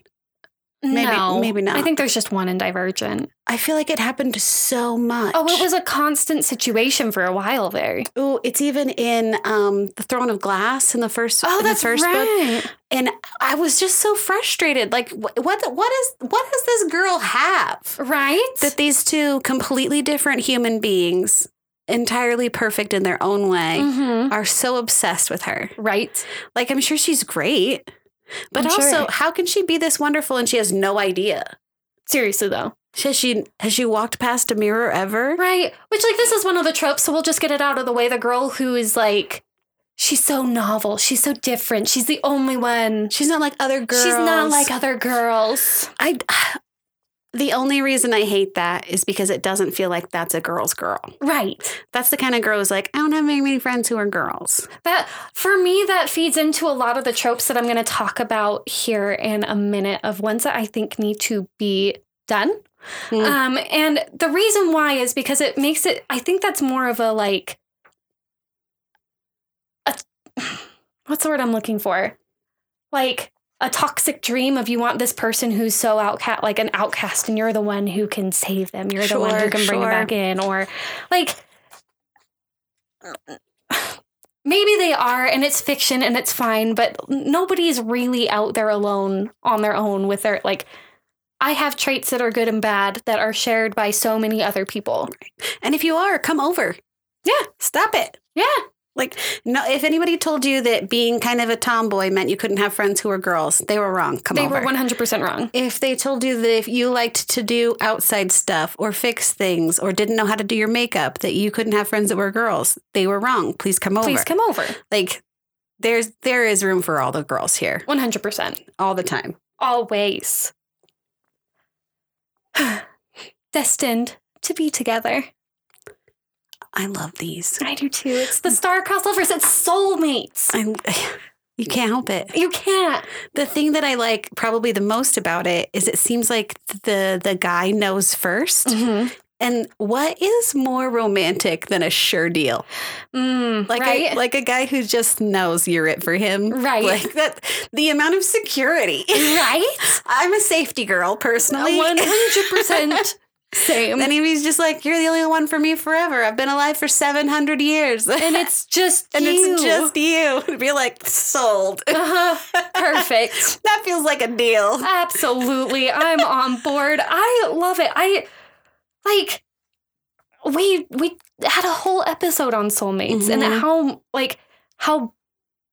[SPEAKER 1] maybe-
[SPEAKER 2] no.
[SPEAKER 1] maybe not.
[SPEAKER 2] I think there's just one in Divergent.
[SPEAKER 1] I feel like it happened so much.
[SPEAKER 2] Oh, it was a constant situation for a while there.
[SPEAKER 1] Oh, it's even in um, the Throne of Glass in the first.
[SPEAKER 2] Oh,
[SPEAKER 1] in the first Book. And I was just so frustrated. Like, wh- what? What is? What does this girl have
[SPEAKER 2] Right?
[SPEAKER 1] that these two completely different human beings, entirely perfect in their own way,
[SPEAKER 2] Mhm.
[SPEAKER 1] are so obsessed with her?
[SPEAKER 2] Right.
[SPEAKER 1] Like, I'm sure she's great, but
[SPEAKER 2] I'm sure.
[SPEAKER 1] also, how can she be this wonderful and she has no idea?
[SPEAKER 2] Seriously though.
[SPEAKER 1] Has she has she walked past a mirror ever?
[SPEAKER 2] Right. Which, like, this is one of the tropes, so we'll just get it out of the way. The girl who is like, she's so novel. She's so different. She's the only one.
[SPEAKER 1] She's not like other girls.
[SPEAKER 2] She's not like other girls.
[SPEAKER 1] I. The only reason I hate that is because it doesn't feel like that's a girl's girl.
[SPEAKER 2] Right.
[SPEAKER 1] That's the kind of girl who's like, I don't have very many friends who are girls.
[SPEAKER 2] That for me that feeds into a lot of the tropes that I'm going to talk about here in a minute of ones that I think need to be done.
[SPEAKER 1] Mm.
[SPEAKER 2] Um and the reason why is because it makes it I think that's more of a like a, what's the word I'm looking for? Like a toxic dream of you want this person who's so outcast like an outcast and you're the one who can save them. You're the one who
[SPEAKER 1] Sure,
[SPEAKER 2] can bring them
[SPEAKER 1] sure.
[SPEAKER 2] back in or like maybe they are and it's fiction and it's fine but nobody's really out there alone on their own with their like i have traits that are good and bad that are shared by so many other people
[SPEAKER 1] And if you are, come over.
[SPEAKER 2] Yeah.
[SPEAKER 1] Stop it.
[SPEAKER 2] yeah
[SPEAKER 1] Like, no, if anybody told you that being kind of a tomboy meant you couldn't have friends who were girls, they were wrong. Come
[SPEAKER 2] they
[SPEAKER 1] over.
[SPEAKER 2] were 100% wrong
[SPEAKER 1] if they told you that if you liked to do outside stuff or fix things or didn't know how to do your makeup, that you couldn't have friends that were girls, they were wrong. Please come over.
[SPEAKER 2] please come over
[SPEAKER 1] like, there's there is room for all the girls here
[SPEAKER 2] 100%
[SPEAKER 1] all the time.
[SPEAKER 2] always destined to be together
[SPEAKER 1] I love these.
[SPEAKER 2] i do too it's the star-crossed lovers it's soulmates
[SPEAKER 1] I'm, you can't help it.
[SPEAKER 2] you can't
[SPEAKER 1] The thing that I like probably the most about it is it seems like the the guy knows 1st And what is more romantic than a sure deal?
[SPEAKER 2] Mm,
[SPEAKER 1] Like
[SPEAKER 2] right
[SPEAKER 1] a, like a guy who just knows you're it for him.
[SPEAKER 2] Right.
[SPEAKER 1] Like that the amount of security.
[SPEAKER 2] right
[SPEAKER 1] I'm a safety girl personally.
[SPEAKER 2] One hundred percent same.
[SPEAKER 1] And
[SPEAKER 2] And
[SPEAKER 1] he was just like, You're the only one for me forever. I've been alive for seven hundred years. And
[SPEAKER 2] it's just
[SPEAKER 1] and it's
[SPEAKER 2] you.
[SPEAKER 1] just you. To be like, sold.
[SPEAKER 2] Uh-huh. perfect.
[SPEAKER 1] That feels like a deal.
[SPEAKER 2] Absolutely, I'm on board. I love it. I like we we had a whole episode on soulmates and
[SPEAKER 1] Mhm.
[SPEAKER 2] how like how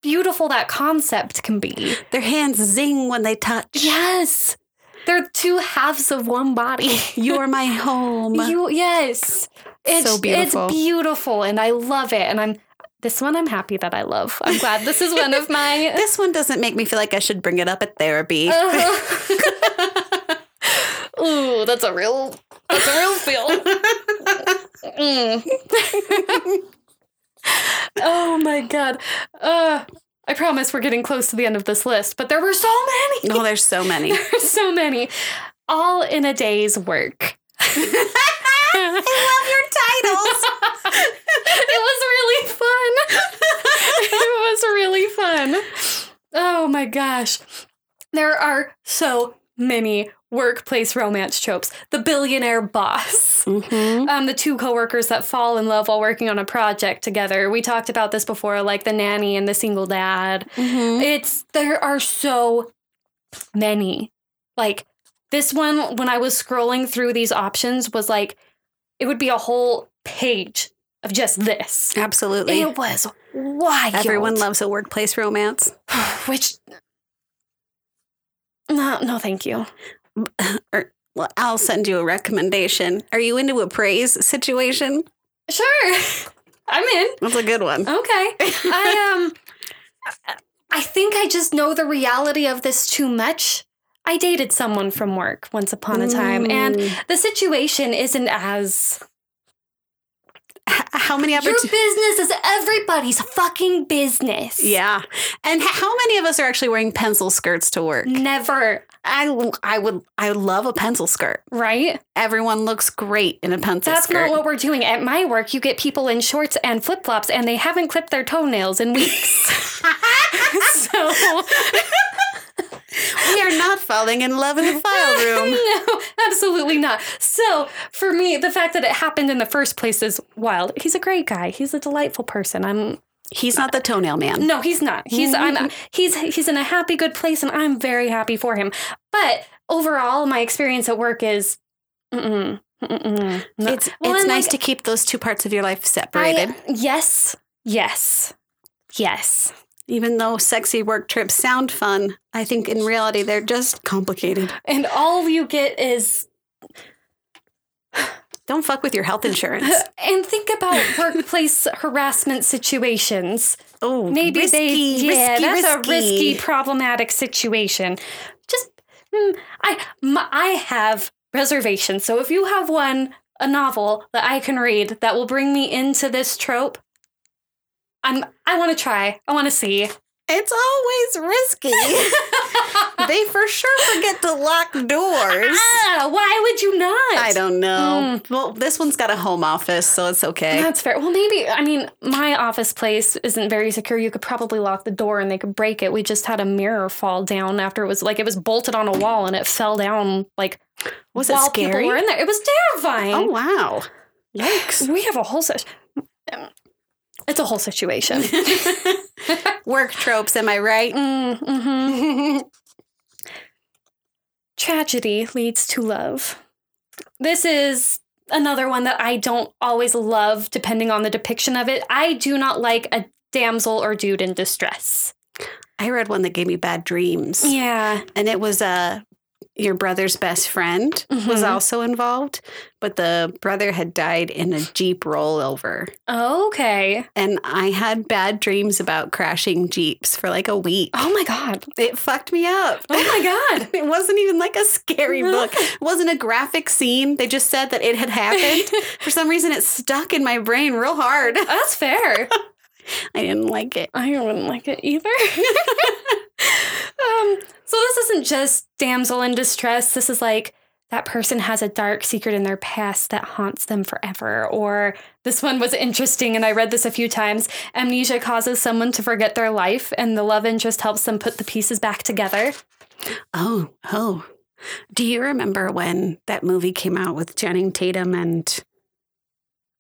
[SPEAKER 2] beautiful that concept can be.
[SPEAKER 1] Their hands zing when they touch.
[SPEAKER 2] Yes, they're two halves of one body.
[SPEAKER 1] You're my home.
[SPEAKER 2] You yes, it's
[SPEAKER 1] So beautiful.
[SPEAKER 2] It's beautiful, and I love it. And I'm this one. I'm happy that I love. I'm glad this is one of my.
[SPEAKER 1] this one doesn't make me feel like I should bring it up at therapy.
[SPEAKER 2] Uh-huh. Ooh, that's a real. That's a real feel. Mm. oh my god. Uh, I promise we're getting close to the end of this list, but there were so many.
[SPEAKER 1] oh, there's so many.
[SPEAKER 2] There were so many, all in a day's work.
[SPEAKER 1] I
[SPEAKER 2] it was really fun. it was really fun. Oh my gosh. There are so many workplace romance tropes. The billionaire boss.
[SPEAKER 1] love your titles. mm-hmm.
[SPEAKER 2] Um, the two coworkers that fall in love while working on a project together. We talked about this before, like the nanny and the single dad.
[SPEAKER 1] mm-hmm.
[SPEAKER 2] It's there are so many. Like this one when I was scrolling through these options was like it would be a whole page of just this.
[SPEAKER 1] Absolutely.
[SPEAKER 2] It was wild.
[SPEAKER 1] Everyone loves a workplace romance.
[SPEAKER 2] which no, no, thank you.
[SPEAKER 1] Or, well, I'll send you a recommendation. Are you into a praise situation?
[SPEAKER 2] Sure, I'm in.
[SPEAKER 1] That's a good one.
[SPEAKER 2] Okay, I um, I think I just know the reality of this too much. I dated someone from work once upon a time, and
[SPEAKER 1] Mm.
[SPEAKER 2] the situation isn't as
[SPEAKER 1] H- how many
[SPEAKER 2] your
[SPEAKER 1] opportunities?
[SPEAKER 2] business is everybody's fucking business.
[SPEAKER 1] Yeah. And h- how many of us are actually wearing pencil skirts to work?
[SPEAKER 2] Mm. never
[SPEAKER 1] I, I would I love a pencil skirt.
[SPEAKER 2] right.
[SPEAKER 1] Everyone looks great in a pencil
[SPEAKER 2] That's
[SPEAKER 1] skirt.
[SPEAKER 2] not what we're doing at my work. You get people in shorts and flip flops, and they haven't clipped their toenails in weeks. so
[SPEAKER 1] we are not falling in love in the file room.
[SPEAKER 2] no, absolutely not. So for me, the fact that it happened in the first place is wild. He's a great guy. He's a delightful person. I'm
[SPEAKER 1] He's not the toenail man.
[SPEAKER 2] no, he's not. He's I'm he's he's in a happy, good place, and I'm very happy for him. But overall, my experience at work is. Mm-mm, mm-mm, no.
[SPEAKER 1] It's
[SPEAKER 2] Well,
[SPEAKER 1] it's
[SPEAKER 2] and,
[SPEAKER 1] nice
[SPEAKER 2] like,
[SPEAKER 1] to keep those two parts of your life separated.
[SPEAKER 2] I, yes, yes, yes.
[SPEAKER 1] Even though sexy work trips sound fun, I think in reality they're just complicated.
[SPEAKER 2] And all you get is
[SPEAKER 1] Don't fuck with your health insurance.
[SPEAKER 2] and think about workplace harassment situations.
[SPEAKER 1] Oh,
[SPEAKER 2] Maybe
[SPEAKER 1] risky,
[SPEAKER 2] they yeah,
[SPEAKER 1] risky,
[SPEAKER 2] that's a risky, problematic situation. Just mm, I m- I have reservation. So if you have one, a novel that I can read that will bring me into this trope, I'm I want to try. I want to see.
[SPEAKER 1] It's always risky. they for sure forget to lock doors.
[SPEAKER 2] Ah, why would you not?
[SPEAKER 1] I don't know. Well, this one's got a home office, so it's Hmm. okay.
[SPEAKER 2] That's fair. Well, maybe I mean my office place isn't very secure. You could probably lock the door and they could break it. We just had a mirror fall down after it was like it was bolted on a wall and it fell down like
[SPEAKER 1] Was it
[SPEAKER 2] while
[SPEAKER 1] scary?
[SPEAKER 2] people were in there. It was terrifying.
[SPEAKER 1] Oh wow. Yikes.
[SPEAKER 2] We have a whole such. It's a whole situation.
[SPEAKER 1] Work tropes, am I right?
[SPEAKER 2] Mm, mhm. Tragedy leads to love. This is another one that I don't always love, depending on the depiction of it. I do not like a damsel or dude in distress.
[SPEAKER 1] I read one that gave me bad dreams.
[SPEAKER 2] Yeah.
[SPEAKER 1] And it was uh your brother's best friend was
[SPEAKER 2] Mhm.
[SPEAKER 1] also involved, but the brother had died in a Jeep rollover.
[SPEAKER 2] Okay.
[SPEAKER 1] And I had bad dreams about crashing Jeeps for like a week.
[SPEAKER 2] Oh my God.
[SPEAKER 1] It fucked me up.
[SPEAKER 2] Oh my God.
[SPEAKER 1] It wasn't even like a scary
[SPEAKER 2] No.
[SPEAKER 1] book. It wasn't a graphic scene. They just said that it had happened. For some reason, it stuck in my brain real hard.
[SPEAKER 2] That's fair.
[SPEAKER 1] I didn't like it.
[SPEAKER 2] I wouldn't like it either. um, so this isn't just damsel in distress. This is like that person has a dark secret in their past that haunts them forever. Or this one was interesting, and I read this a few times. Amnesia causes someone to forget their life, and the love interest helps them put the pieces back together.
[SPEAKER 1] Oh, oh. Do you remember when that movie came out with Channing Tatum and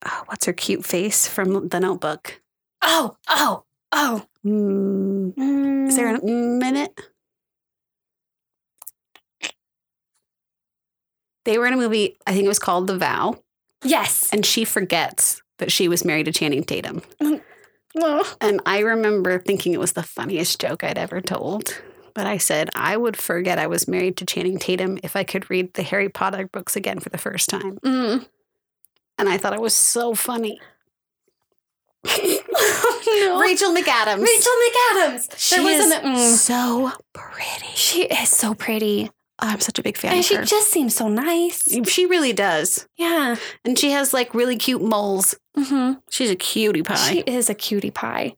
[SPEAKER 1] oh, what's her cute face from The Notebook?
[SPEAKER 2] Oh, oh, oh.
[SPEAKER 1] Mm, is there a minute? They were in a movie, I think it was called The Vow,
[SPEAKER 2] yes?
[SPEAKER 1] and she forgets that she was married to Channing Tatum.
[SPEAKER 2] Oh.
[SPEAKER 1] And I remember thinking it was the funniest joke I'd ever told. But I said, I would forget I was married to Channing Tatum if I could read the Harry Potter books again for the first time.
[SPEAKER 2] Mm.
[SPEAKER 1] And I thought it was so funny.
[SPEAKER 2] no.
[SPEAKER 1] Rachel McAdams.
[SPEAKER 2] Rachel McAdams.
[SPEAKER 1] She
[SPEAKER 2] there was
[SPEAKER 1] is
[SPEAKER 2] an. Mm.
[SPEAKER 1] so pretty.
[SPEAKER 2] She is so pretty.
[SPEAKER 1] I'm such a big fan
[SPEAKER 2] And
[SPEAKER 1] of
[SPEAKER 2] she
[SPEAKER 1] her.
[SPEAKER 2] just seems so nice.
[SPEAKER 1] she really does.
[SPEAKER 2] Yeah.
[SPEAKER 1] And she has like really cute moles.
[SPEAKER 2] hmm
[SPEAKER 1] She's a cutie pie.
[SPEAKER 2] She is a cutie pie.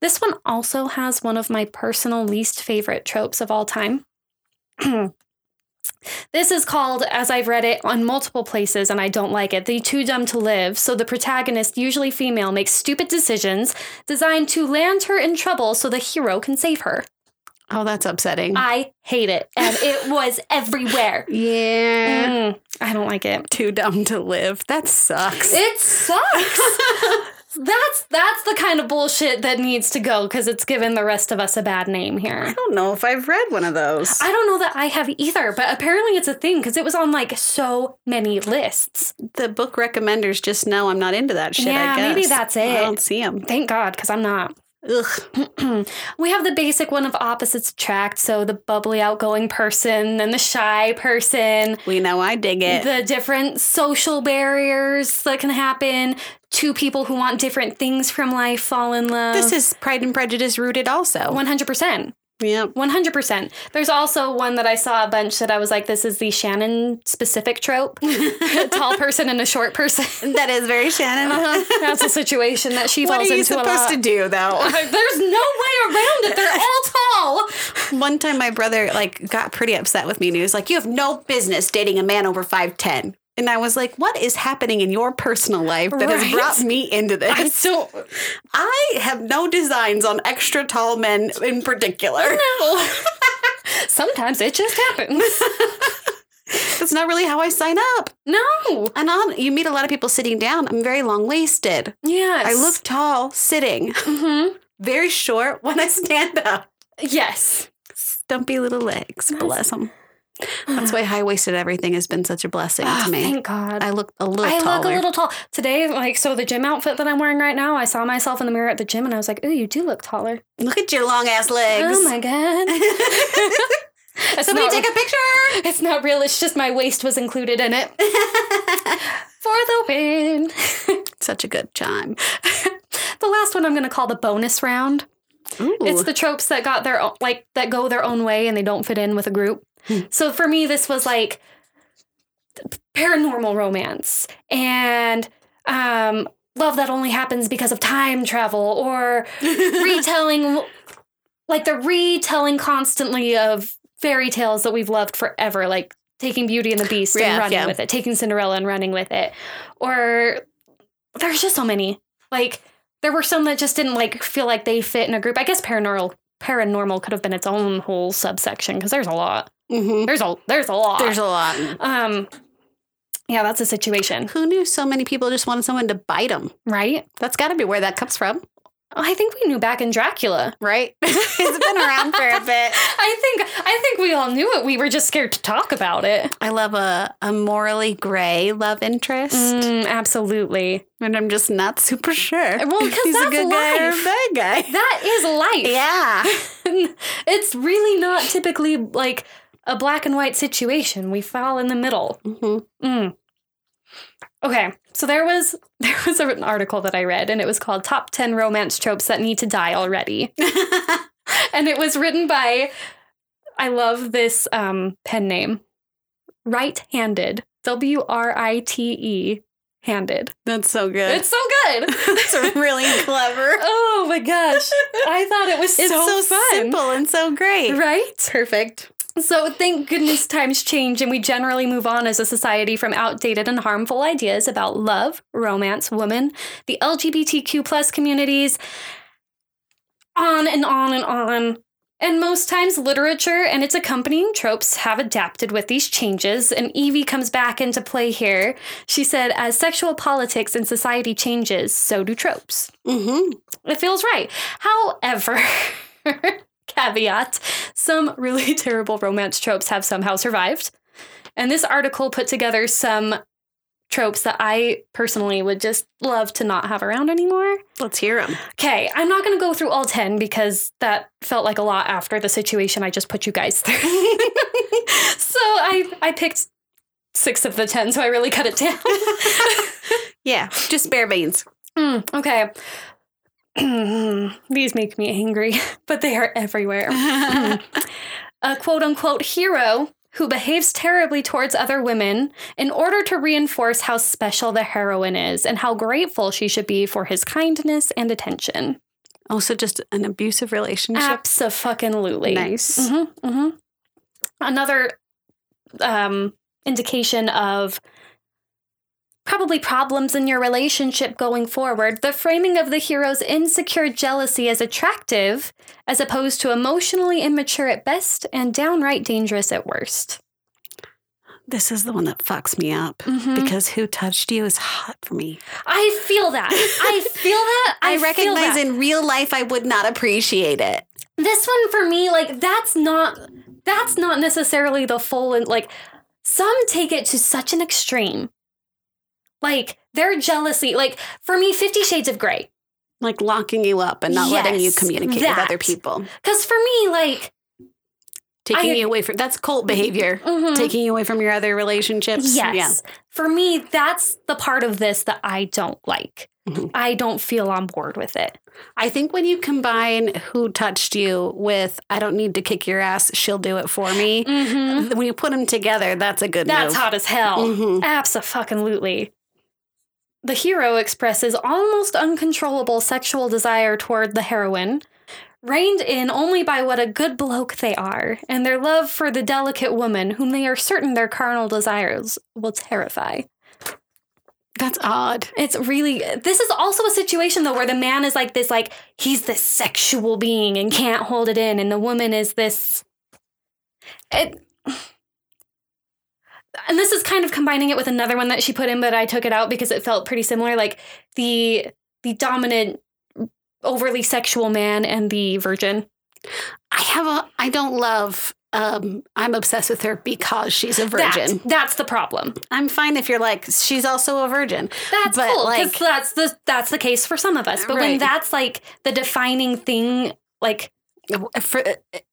[SPEAKER 2] This one also has one of my personal least favorite tropes of all time. this is called, as I've read it on multiple places and I don't like it, the too dumb to live. So the protagonist, usually female, makes stupid decisions designed to land her in trouble so the hero can save her.
[SPEAKER 1] oh, that's upsetting.
[SPEAKER 2] I hate it. And it was everywhere.
[SPEAKER 1] yeah.
[SPEAKER 2] Mm, I don't like it.
[SPEAKER 1] Too dumb to live. That sucks.
[SPEAKER 2] It sucks. that's that's the kind of bullshit that needs to go because it's given the rest of us a bad name
[SPEAKER 1] I
[SPEAKER 2] here.
[SPEAKER 1] don't know if I've read one of those.
[SPEAKER 2] I don't know that I have either, but apparently it's a thing because it was on like so many lists.
[SPEAKER 1] the book recommenders just know I'm not into that shit.
[SPEAKER 2] Yeah,
[SPEAKER 1] I guess
[SPEAKER 2] maybe that's
[SPEAKER 1] I
[SPEAKER 2] it.
[SPEAKER 1] don't see them.
[SPEAKER 2] Thank God, because I'm not.
[SPEAKER 1] Ugh.
[SPEAKER 2] we have the basic one of opposites attract, so the bubbly, outgoing person, then the shy person,
[SPEAKER 1] We know I dig it.
[SPEAKER 2] the different social barriers that can happen. Two people who want different things from life fall in love.
[SPEAKER 1] this is Pride and Prejudice rooted, also.
[SPEAKER 2] 100%.
[SPEAKER 1] yep.
[SPEAKER 2] 100%. There's also one that I saw a bunch that I was like, this is the Shannon specific trope a tall person and a short person.
[SPEAKER 1] That is very Shannon.
[SPEAKER 2] Uh-huh. That's a situation that she
[SPEAKER 1] What
[SPEAKER 2] falls
[SPEAKER 1] are you
[SPEAKER 2] into a
[SPEAKER 1] supposed
[SPEAKER 2] lot.
[SPEAKER 1] to do, though?
[SPEAKER 2] There's no way around it. They're all tall.
[SPEAKER 1] One time, my brother like got pretty upset with me, and he was like, "You have no business dating a man over five ten. And I was like, "What is happening in your personal life that has
[SPEAKER 2] Right.
[SPEAKER 1] brought me into
[SPEAKER 2] I
[SPEAKER 1] this?
[SPEAKER 2] don't
[SPEAKER 1] I have no designs on extra tall men in particular.
[SPEAKER 2] know. Sometimes it just happens.
[SPEAKER 1] That's not really how I sign up."
[SPEAKER 2] No.
[SPEAKER 1] And on, you meet a lot of people sitting down. I'm very long waisted.
[SPEAKER 2] Yes.
[SPEAKER 1] I look tall sitting,
[SPEAKER 2] Mhm.
[SPEAKER 1] very short when I stand up.
[SPEAKER 2] Yes.
[SPEAKER 1] Stumpy little legs,
[SPEAKER 2] Nice.
[SPEAKER 1] bless them. That's why high waisted everything has been such a blessing
[SPEAKER 2] Oh,
[SPEAKER 1] to me.
[SPEAKER 2] thank God.
[SPEAKER 1] Ah, I look a little
[SPEAKER 2] I
[SPEAKER 1] taller.
[SPEAKER 2] look a little tall today. Like so, the gym outfit that I'm wearing right now. I saw myself in the mirror at the gym, and I was like, "Ooh, you do look taller."
[SPEAKER 1] Look at your long ass legs.
[SPEAKER 2] Oh my god! It's
[SPEAKER 1] Somebody
[SPEAKER 2] not,
[SPEAKER 1] take a picture.
[SPEAKER 2] it's not real. It's just my waist was included in it for the win.
[SPEAKER 1] Such a good time.
[SPEAKER 2] the last one I'm going to call the bonus round.
[SPEAKER 1] Ooh.
[SPEAKER 2] It's the tropes that got their own, Hmm. like that go their own way and they don't fit in with a group. So for me, this was like paranormal romance and um, love that only happens because of time travel or retelling, like the retelling constantly of fairy tales that we've loved forever, like taking Beauty and the Beast
[SPEAKER 1] Yeah,
[SPEAKER 2] and running
[SPEAKER 1] yeah.
[SPEAKER 2] with it, taking Cinderella and running with it. Or there's just so many. Like there were some that just didn't like feel like they fit in a group. I guess paranormal paranormal could have been its own whole subsection because there's a lot.
[SPEAKER 1] Mhm.
[SPEAKER 2] There's a there's a lot.
[SPEAKER 1] There's a lot.
[SPEAKER 2] um yeah, that's a situation,
[SPEAKER 1] Who knew so many people just wanted someone to bite them?
[SPEAKER 2] right?
[SPEAKER 1] That's got to be where that comes from,
[SPEAKER 2] I think we knew back in Dracula.
[SPEAKER 1] right? it's been around for a bit.
[SPEAKER 2] I think I think we all knew it. We were just scared to talk about it.
[SPEAKER 1] I love a, a morally gray love interest,
[SPEAKER 2] Mm.
[SPEAKER 1] Mm,
[SPEAKER 2] absolutely.
[SPEAKER 1] and I'm just not super sure.
[SPEAKER 2] Well, 'cause
[SPEAKER 1] if he's
[SPEAKER 2] that's
[SPEAKER 1] a good guy or a
[SPEAKER 2] life.
[SPEAKER 1] bad guy.
[SPEAKER 2] That is life.
[SPEAKER 1] Yeah.
[SPEAKER 2] it's really not typically like a black and white situation. We fall in the middle.
[SPEAKER 1] hmm
[SPEAKER 2] Mm. Okay, so there was there was an article that I read, and it was called "Top Ten Romance Tropes That Need to Die Already,"
[SPEAKER 1] Mm-hmm.
[SPEAKER 2] and it was written by I love this um, pen name, right-handed, W R I T E, handed.
[SPEAKER 1] That's so good.
[SPEAKER 2] It's so good.
[SPEAKER 1] That's really clever.
[SPEAKER 2] oh my gosh, I thought it was
[SPEAKER 1] It's
[SPEAKER 2] so,
[SPEAKER 1] so,
[SPEAKER 2] fun,
[SPEAKER 1] simple and so great.
[SPEAKER 2] right?
[SPEAKER 1] Perfect.
[SPEAKER 2] So, thank goodness times change and we generally move on as a society from outdated and harmful ideas about love, romance, women, the LGBTQ plus communities, on and on and on. And most times, literature and its accompanying tropes have adapted with these changes, and Evie comes back into play here. She said, As sexual politics and society changes, so do tropes.
[SPEAKER 1] hmm
[SPEAKER 2] It feels right. However, caveat, some really terrible romance tropes have somehow survived. And this article put together some tropes that I personally would just love to not have around anymore.
[SPEAKER 1] Let's hear them.
[SPEAKER 2] Okay, I'm not going to go through all 10 because that felt like a lot after the situation I just put you guys through. so I I picked 6 of the 10, so I really cut it down.
[SPEAKER 1] Yeah, just bare beans.
[SPEAKER 2] Mm, okay. These make me angry, but they are everywhere.
[SPEAKER 1] Mm. Mm-hmm.
[SPEAKER 2] A quote unquote hero who behaves terribly towards other women in order to reinforce how special the heroine is and how grateful she should be for his kindness and attention.
[SPEAKER 1] also, just an abusive relationship.
[SPEAKER 2] Absolutely.
[SPEAKER 1] Nice.
[SPEAKER 2] Mm-hmm, hmm Another um, indication of probably problems in your relationship going forward the framing of the hero's insecure jealousy as attractive, as opposed to emotionally immature at best and downright dangerous at worst.
[SPEAKER 1] This is the one that fucks me up
[SPEAKER 2] Mhm.
[SPEAKER 1] because who touched you is hot for me.
[SPEAKER 2] I feel that. I feel that. I,
[SPEAKER 1] I,
[SPEAKER 2] feel
[SPEAKER 1] recognize
[SPEAKER 2] that.
[SPEAKER 1] in real life I would not appreciate it.
[SPEAKER 2] this one for me like that's not that's not necessarily the full and like some take it to such an extreme like their jealousy like for me 50 shades of gray
[SPEAKER 1] Like locking you up and not letting you
[SPEAKER 2] Yes,
[SPEAKER 1] communicate
[SPEAKER 2] that.
[SPEAKER 1] with other people.
[SPEAKER 2] because for me like
[SPEAKER 1] Taking
[SPEAKER 2] I-
[SPEAKER 1] you away from that's cult behavior.
[SPEAKER 2] mhm.
[SPEAKER 1] Taking you away from your other relationships.
[SPEAKER 2] Yes. For me, that's the part of this that I don't like.
[SPEAKER 1] Mhm.
[SPEAKER 2] I don't feel on board with it.
[SPEAKER 1] I think when you combine who touched you with I don't need to kick your ass, she'll do it for me.
[SPEAKER 2] Mm-hmm.
[SPEAKER 1] When you put them together, that's a good
[SPEAKER 2] That's
[SPEAKER 1] move.
[SPEAKER 2] hot as hell.
[SPEAKER 1] Mhm.
[SPEAKER 2] Absolutely. The hero expresses almost uncontrollable sexual desire toward the heroine, reined in only by what a good bloke they are, and their love for the delicate woman whom they are certain their carnal desires will terrify.
[SPEAKER 1] That's odd.
[SPEAKER 2] It's really this is also a situation though where the man is like this like he's this sexual being and can't hold it in and the woman is this it and this is kind of combining it with another one that she put in but I took it out because it felt pretty similar like the the dominant overly sexual man and the virgin.
[SPEAKER 1] I have a I don't love um I'm obsessed with her because she's a virgin.
[SPEAKER 2] That- that's the problem.
[SPEAKER 1] I'm fine if you're like she's also a virgin.
[SPEAKER 2] That's
[SPEAKER 1] But,
[SPEAKER 2] cool because
[SPEAKER 1] like-
[SPEAKER 2] that's the that's the case for some of us. But when
[SPEAKER 1] Right.
[SPEAKER 2] that's like the defining thing like
[SPEAKER 1] If- For,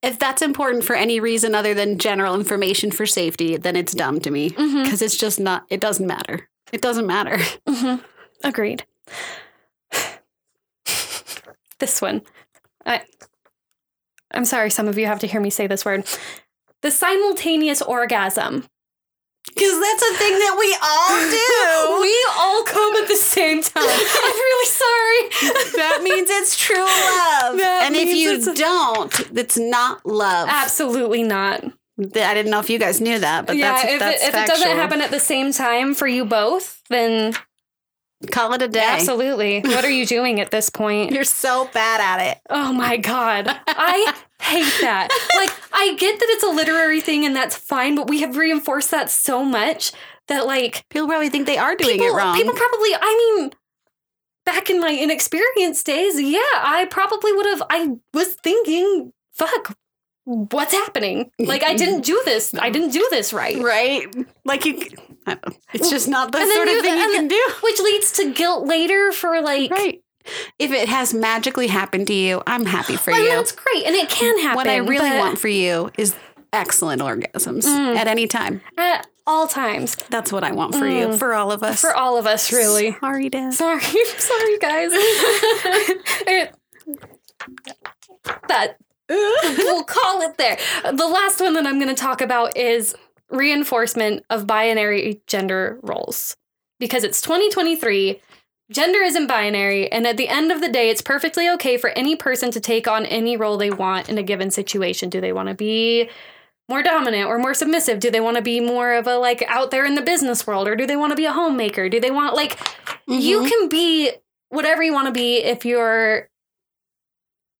[SPEAKER 1] if that's important for any reason other than general information for safety, then it's dumb to me
[SPEAKER 2] mhm.
[SPEAKER 1] because it's just not it doesn't matter. It doesn't matter.
[SPEAKER 2] hmm Agreed. this one. I, I'm sorry, some of you have to hear me say this word. The simultaneous orgasm
[SPEAKER 1] Because that's a thing that we all do.
[SPEAKER 2] We all come at the same time. I'm really sorry.
[SPEAKER 1] that means it's true love.
[SPEAKER 2] That
[SPEAKER 1] and if
[SPEAKER 2] means
[SPEAKER 1] you
[SPEAKER 2] it's a-
[SPEAKER 1] don't, it's not love.
[SPEAKER 2] Absolutely not.
[SPEAKER 1] I didn't know if you guys knew that, but
[SPEAKER 2] yeah,
[SPEAKER 1] that's,
[SPEAKER 2] if,
[SPEAKER 1] that's
[SPEAKER 2] it, if it
[SPEAKER 1] factual.
[SPEAKER 2] doesn't happen at the same time for you both, then
[SPEAKER 1] Call it a day.
[SPEAKER 2] absolutely. What are you doing at this point?
[SPEAKER 1] You're so bad at it.
[SPEAKER 2] Oh my God. I hate that. Like, I get that it's a literary thing and that's fine, but we have reinforced that so much that, like,
[SPEAKER 1] People probably think they are doing
[SPEAKER 2] people,
[SPEAKER 1] it wrong.
[SPEAKER 2] people probably, I mean, back in my inexperienced days, yeah, I probably would have, I was thinking, fuck, what's happening? Like, I didn't do this. I didn't do this right.
[SPEAKER 1] right? Like you, I don't know. it's just not the
[SPEAKER 2] And then
[SPEAKER 1] sort of
[SPEAKER 2] you-
[SPEAKER 1] thing you
[SPEAKER 2] and
[SPEAKER 1] can do.
[SPEAKER 2] Which leads to guilt later for, like,
[SPEAKER 1] Right. If it has magically happened to you, I'm happy for
[SPEAKER 2] I mean,
[SPEAKER 1] you.
[SPEAKER 2] that's great. And it can happen.
[SPEAKER 1] What I really
[SPEAKER 2] but
[SPEAKER 1] want for you is excellent orgasms
[SPEAKER 2] Mm.
[SPEAKER 1] at any time.
[SPEAKER 2] At all times.
[SPEAKER 1] That's what I want for you,
[SPEAKER 2] Mm.
[SPEAKER 1] for all of us.
[SPEAKER 2] For all of us, really.
[SPEAKER 1] Sorry, Dad.
[SPEAKER 2] Sorry, sorry, guys. It- that we'll call it there. The last one that I'm going to talk about is reinforcement of binary gender roles because it's 2023. Gender isn't binary, and at the end of the day, it's perfectly okay for any person to take on any role they want in a given situation. Do they want to be more dominant or more submissive? Do they want to be more of a like out there in the business world, or do they want to be a homemaker? Do they want like
[SPEAKER 1] Mm-hmm.
[SPEAKER 2] you can be whatever you want to be if you're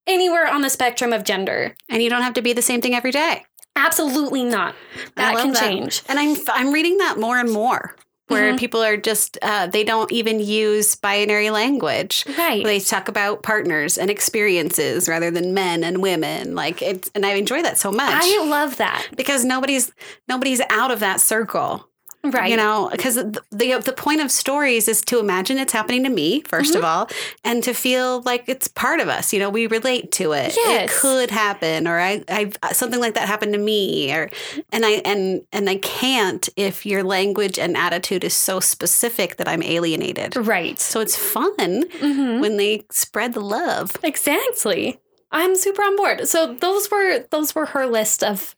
[SPEAKER 2] anywhere on the spectrum of gender.
[SPEAKER 1] and you don't have to be the same thing every day.
[SPEAKER 2] Absolutely not. That
[SPEAKER 1] love
[SPEAKER 2] can
[SPEAKER 1] that.
[SPEAKER 2] change.
[SPEAKER 1] And I'm I'm reading that more and more, where
[SPEAKER 2] Mm-hmm.
[SPEAKER 1] people are just uh, they don't even use binary language.
[SPEAKER 2] Right.
[SPEAKER 1] They talk about partners and experiences rather than men and women. Like it's, and I enjoy that so much.
[SPEAKER 2] I love that.
[SPEAKER 1] because nobody's nobody's out of that circle
[SPEAKER 2] Right.
[SPEAKER 1] you know because the, the the point of stories is to imagine it's happening to me 1st
[SPEAKER 2] Mm-hmm.
[SPEAKER 1] of all and to feel like it's part of us you know we relate to it
[SPEAKER 2] Yes.
[SPEAKER 1] it could happen or i i uh, something like that happened to me or and i and and i can't if your language and attitude is so specific that i'm alienated
[SPEAKER 2] Right.
[SPEAKER 1] so it's fun
[SPEAKER 2] hmm
[SPEAKER 1] when they spread the love
[SPEAKER 2] Exactly. I'm super on board. So those were those were her list of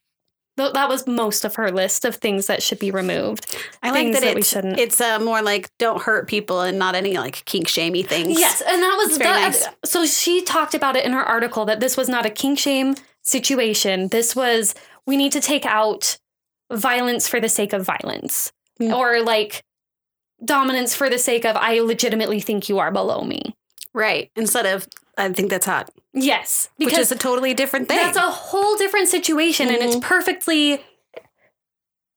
[SPEAKER 2] tho- that was most of her list of things that should be removed.
[SPEAKER 1] i like
[SPEAKER 2] Things
[SPEAKER 1] that,
[SPEAKER 2] that we
[SPEAKER 1] it's
[SPEAKER 2] shouldn't.
[SPEAKER 1] it's uh, more like don't hurt people and not any like kink shamey things
[SPEAKER 2] Yes, and that was
[SPEAKER 1] It's
[SPEAKER 2] the,
[SPEAKER 1] very nice.
[SPEAKER 2] so she talked about it in her article that this was not a kink shame situation. This was we need to take out violence for the sake of violence
[SPEAKER 1] Mm.
[SPEAKER 2] or like dominance for the sake of I legitimately think you are below me.
[SPEAKER 1] Right. Instead of, I think that's hot,
[SPEAKER 2] Yes,
[SPEAKER 1] which
[SPEAKER 2] because
[SPEAKER 1] is a totally different thing.
[SPEAKER 2] that's a Mm-hmm. whole different situation and it's perfectly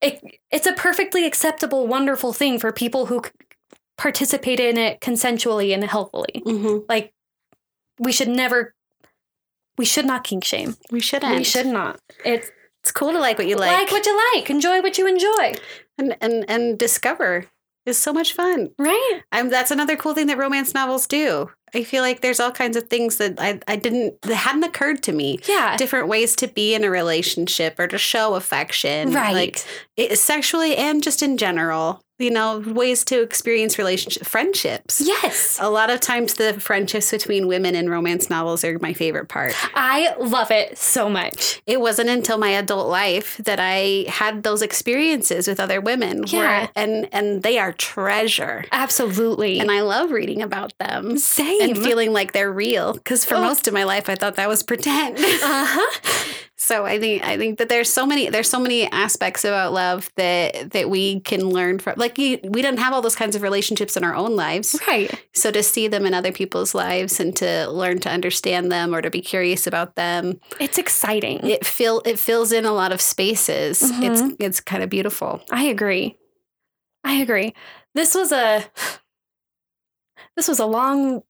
[SPEAKER 2] it, it's a perfectly acceptable wonderful thing for people who c- participate in it consensually and healthily.
[SPEAKER 1] Mhm.
[SPEAKER 2] like we should never we should not kink shame
[SPEAKER 1] We shouldn't.
[SPEAKER 2] we should not it's
[SPEAKER 1] It's cool to like what you
[SPEAKER 2] like,
[SPEAKER 1] like,
[SPEAKER 2] what you like enjoy what you enjoy
[SPEAKER 1] and, and and discover. It's so much fun.
[SPEAKER 2] right
[SPEAKER 1] I'm, that's another cool thing that romance novels do. I feel like there's all kinds of things that I, I didn't that hadn't occurred to me.
[SPEAKER 2] yeah
[SPEAKER 1] Different ways to be in a relationship or to show affection,
[SPEAKER 2] right
[SPEAKER 1] Like it, sexually and just in general, you know, ways to experience relationship friendships.
[SPEAKER 2] yes
[SPEAKER 1] A lot of times, the friendships between women in romance novels are my favorite part.
[SPEAKER 2] i love it so much
[SPEAKER 1] it wasn't until my adult life that I had those experiences with other women.
[SPEAKER 2] Yeah.
[SPEAKER 1] and and they are treasure.
[SPEAKER 2] absolutely
[SPEAKER 1] And I love reading about them
[SPEAKER 2] same
[SPEAKER 1] and feeling like they're real. Because for
[SPEAKER 2] Oh.
[SPEAKER 1] most of my life, I thought that was pretend.
[SPEAKER 2] uh-huh
[SPEAKER 1] so I think I think that there's so many there's so many aspects about love that that we can learn from. Like you, we don't have all those kinds of relationships in our own lives.
[SPEAKER 2] right
[SPEAKER 1] So to see them in other people's lives and to learn to understand them or to be curious about them
[SPEAKER 2] it's exciting
[SPEAKER 1] it fill it fills in a lot of spaces. It's it's kind of beautiful.
[SPEAKER 2] i agree i agree this was a this was a long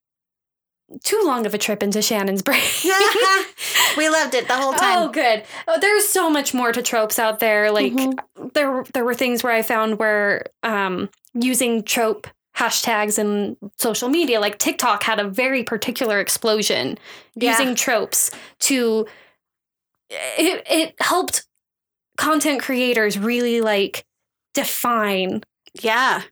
[SPEAKER 2] too long of a trip into shannon's brain
[SPEAKER 1] we loved it the whole
[SPEAKER 2] Oh, good. Oh, there's so much more to tropes out there. Like
[SPEAKER 1] Mhm.
[SPEAKER 2] there, there were things where I found where um, using trope hashtags in social media, like TikTok, had a very particular explosion
[SPEAKER 1] Yeah.
[SPEAKER 2] using tropes to. It it helped content creators really like define
[SPEAKER 1] Yeah.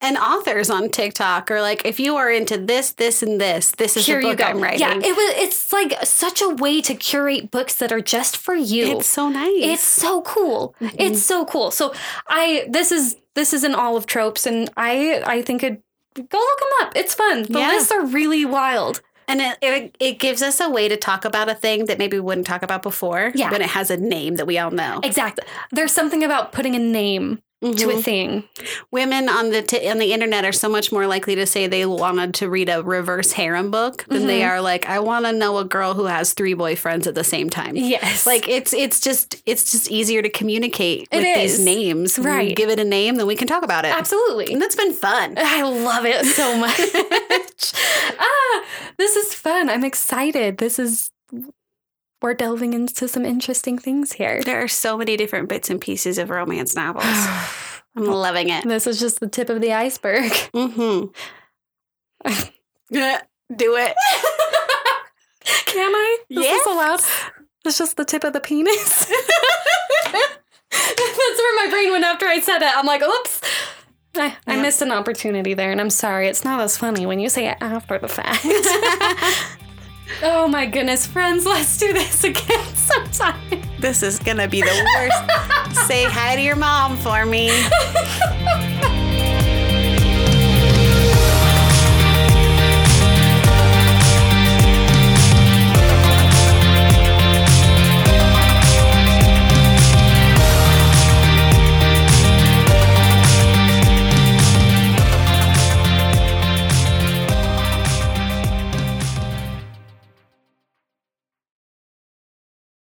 [SPEAKER 1] And authors on TikTok are like, if you are into this, this, and this, this is
[SPEAKER 2] Here
[SPEAKER 1] the
[SPEAKER 2] you
[SPEAKER 1] book
[SPEAKER 2] go.
[SPEAKER 1] I'm writing.
[SPEAKER 2] Yeah, it was. It's like such a way to curate books that are just for you.
[SPEAKER 1] it's so nice.
[SPEAKER 2] It's so cool. It's so cool. So I this is this is an all of tropes, and I I think it. Go look them up. It's fun. The
[SPEAKER 1] Yeah.
[SPEAKER 2] lists are really wild.
[SPEAKER 1] and it, it it gives us a way to talk about a thing that maybe we wouldn't talk about before.
[SPEAKER 2] Yeah.
[SPEAKER 1] When it has a name that we all know. Mm-hmm.
[SPEAKER 2] Exactly. There's something about putting a name to a thing.
[SPEAKER 1] Women on the t- on the internet are so much more likely to say they wanted to read a reverse harem book than they
[SPEAKER 2] Mm-hmm.
[SPEAKER 1] are like, I want to know a girl who has three boyfriends at the same time.
[SPEAKER 2] Yes.
[SPEAKER 1] Like it's it's just it's just easier to communicate
[SPEAKER 2] It
[SPEAKER 1] with
[SPEAKER 2] is.
[SPEAKER 1] these names. When we
[SPEAKER 2] Right.
[SPEAKER 1] give it a name, then we can talk about it.
[SPEAKER 2] absolutely.
[SPEAKER 1] And that's been fun.
[SPEAKER 2] I love it so much. ah, this is fun. I'm excited. This is we're delving into some interesting things here.
[SPEAKER 1] There are so many different bits and pieces of romance novels. I'm loving it.
[SPEAKER 2] this is just the tip of the iceberg.
[SPEAKER 1] Mm-hmm. Do it.
[SPEAKER 2] Can I? Is
[SPEAKER 1] Yes.
[SPEAKER 2] this allowed? It's just the tip of the penis. That's where my brain went after I said it. I'm like, oops. I, I
[SPEAKER 1] Yeah.
[SPEAKER 2] missed an opportunity there, and I'm sorry. It's not as funny when you say it after the fact. oh my goodness, friends, let's do this again sometime.
[SPEAKER 1] this is gonna be the worst. Say hi to your mom for me.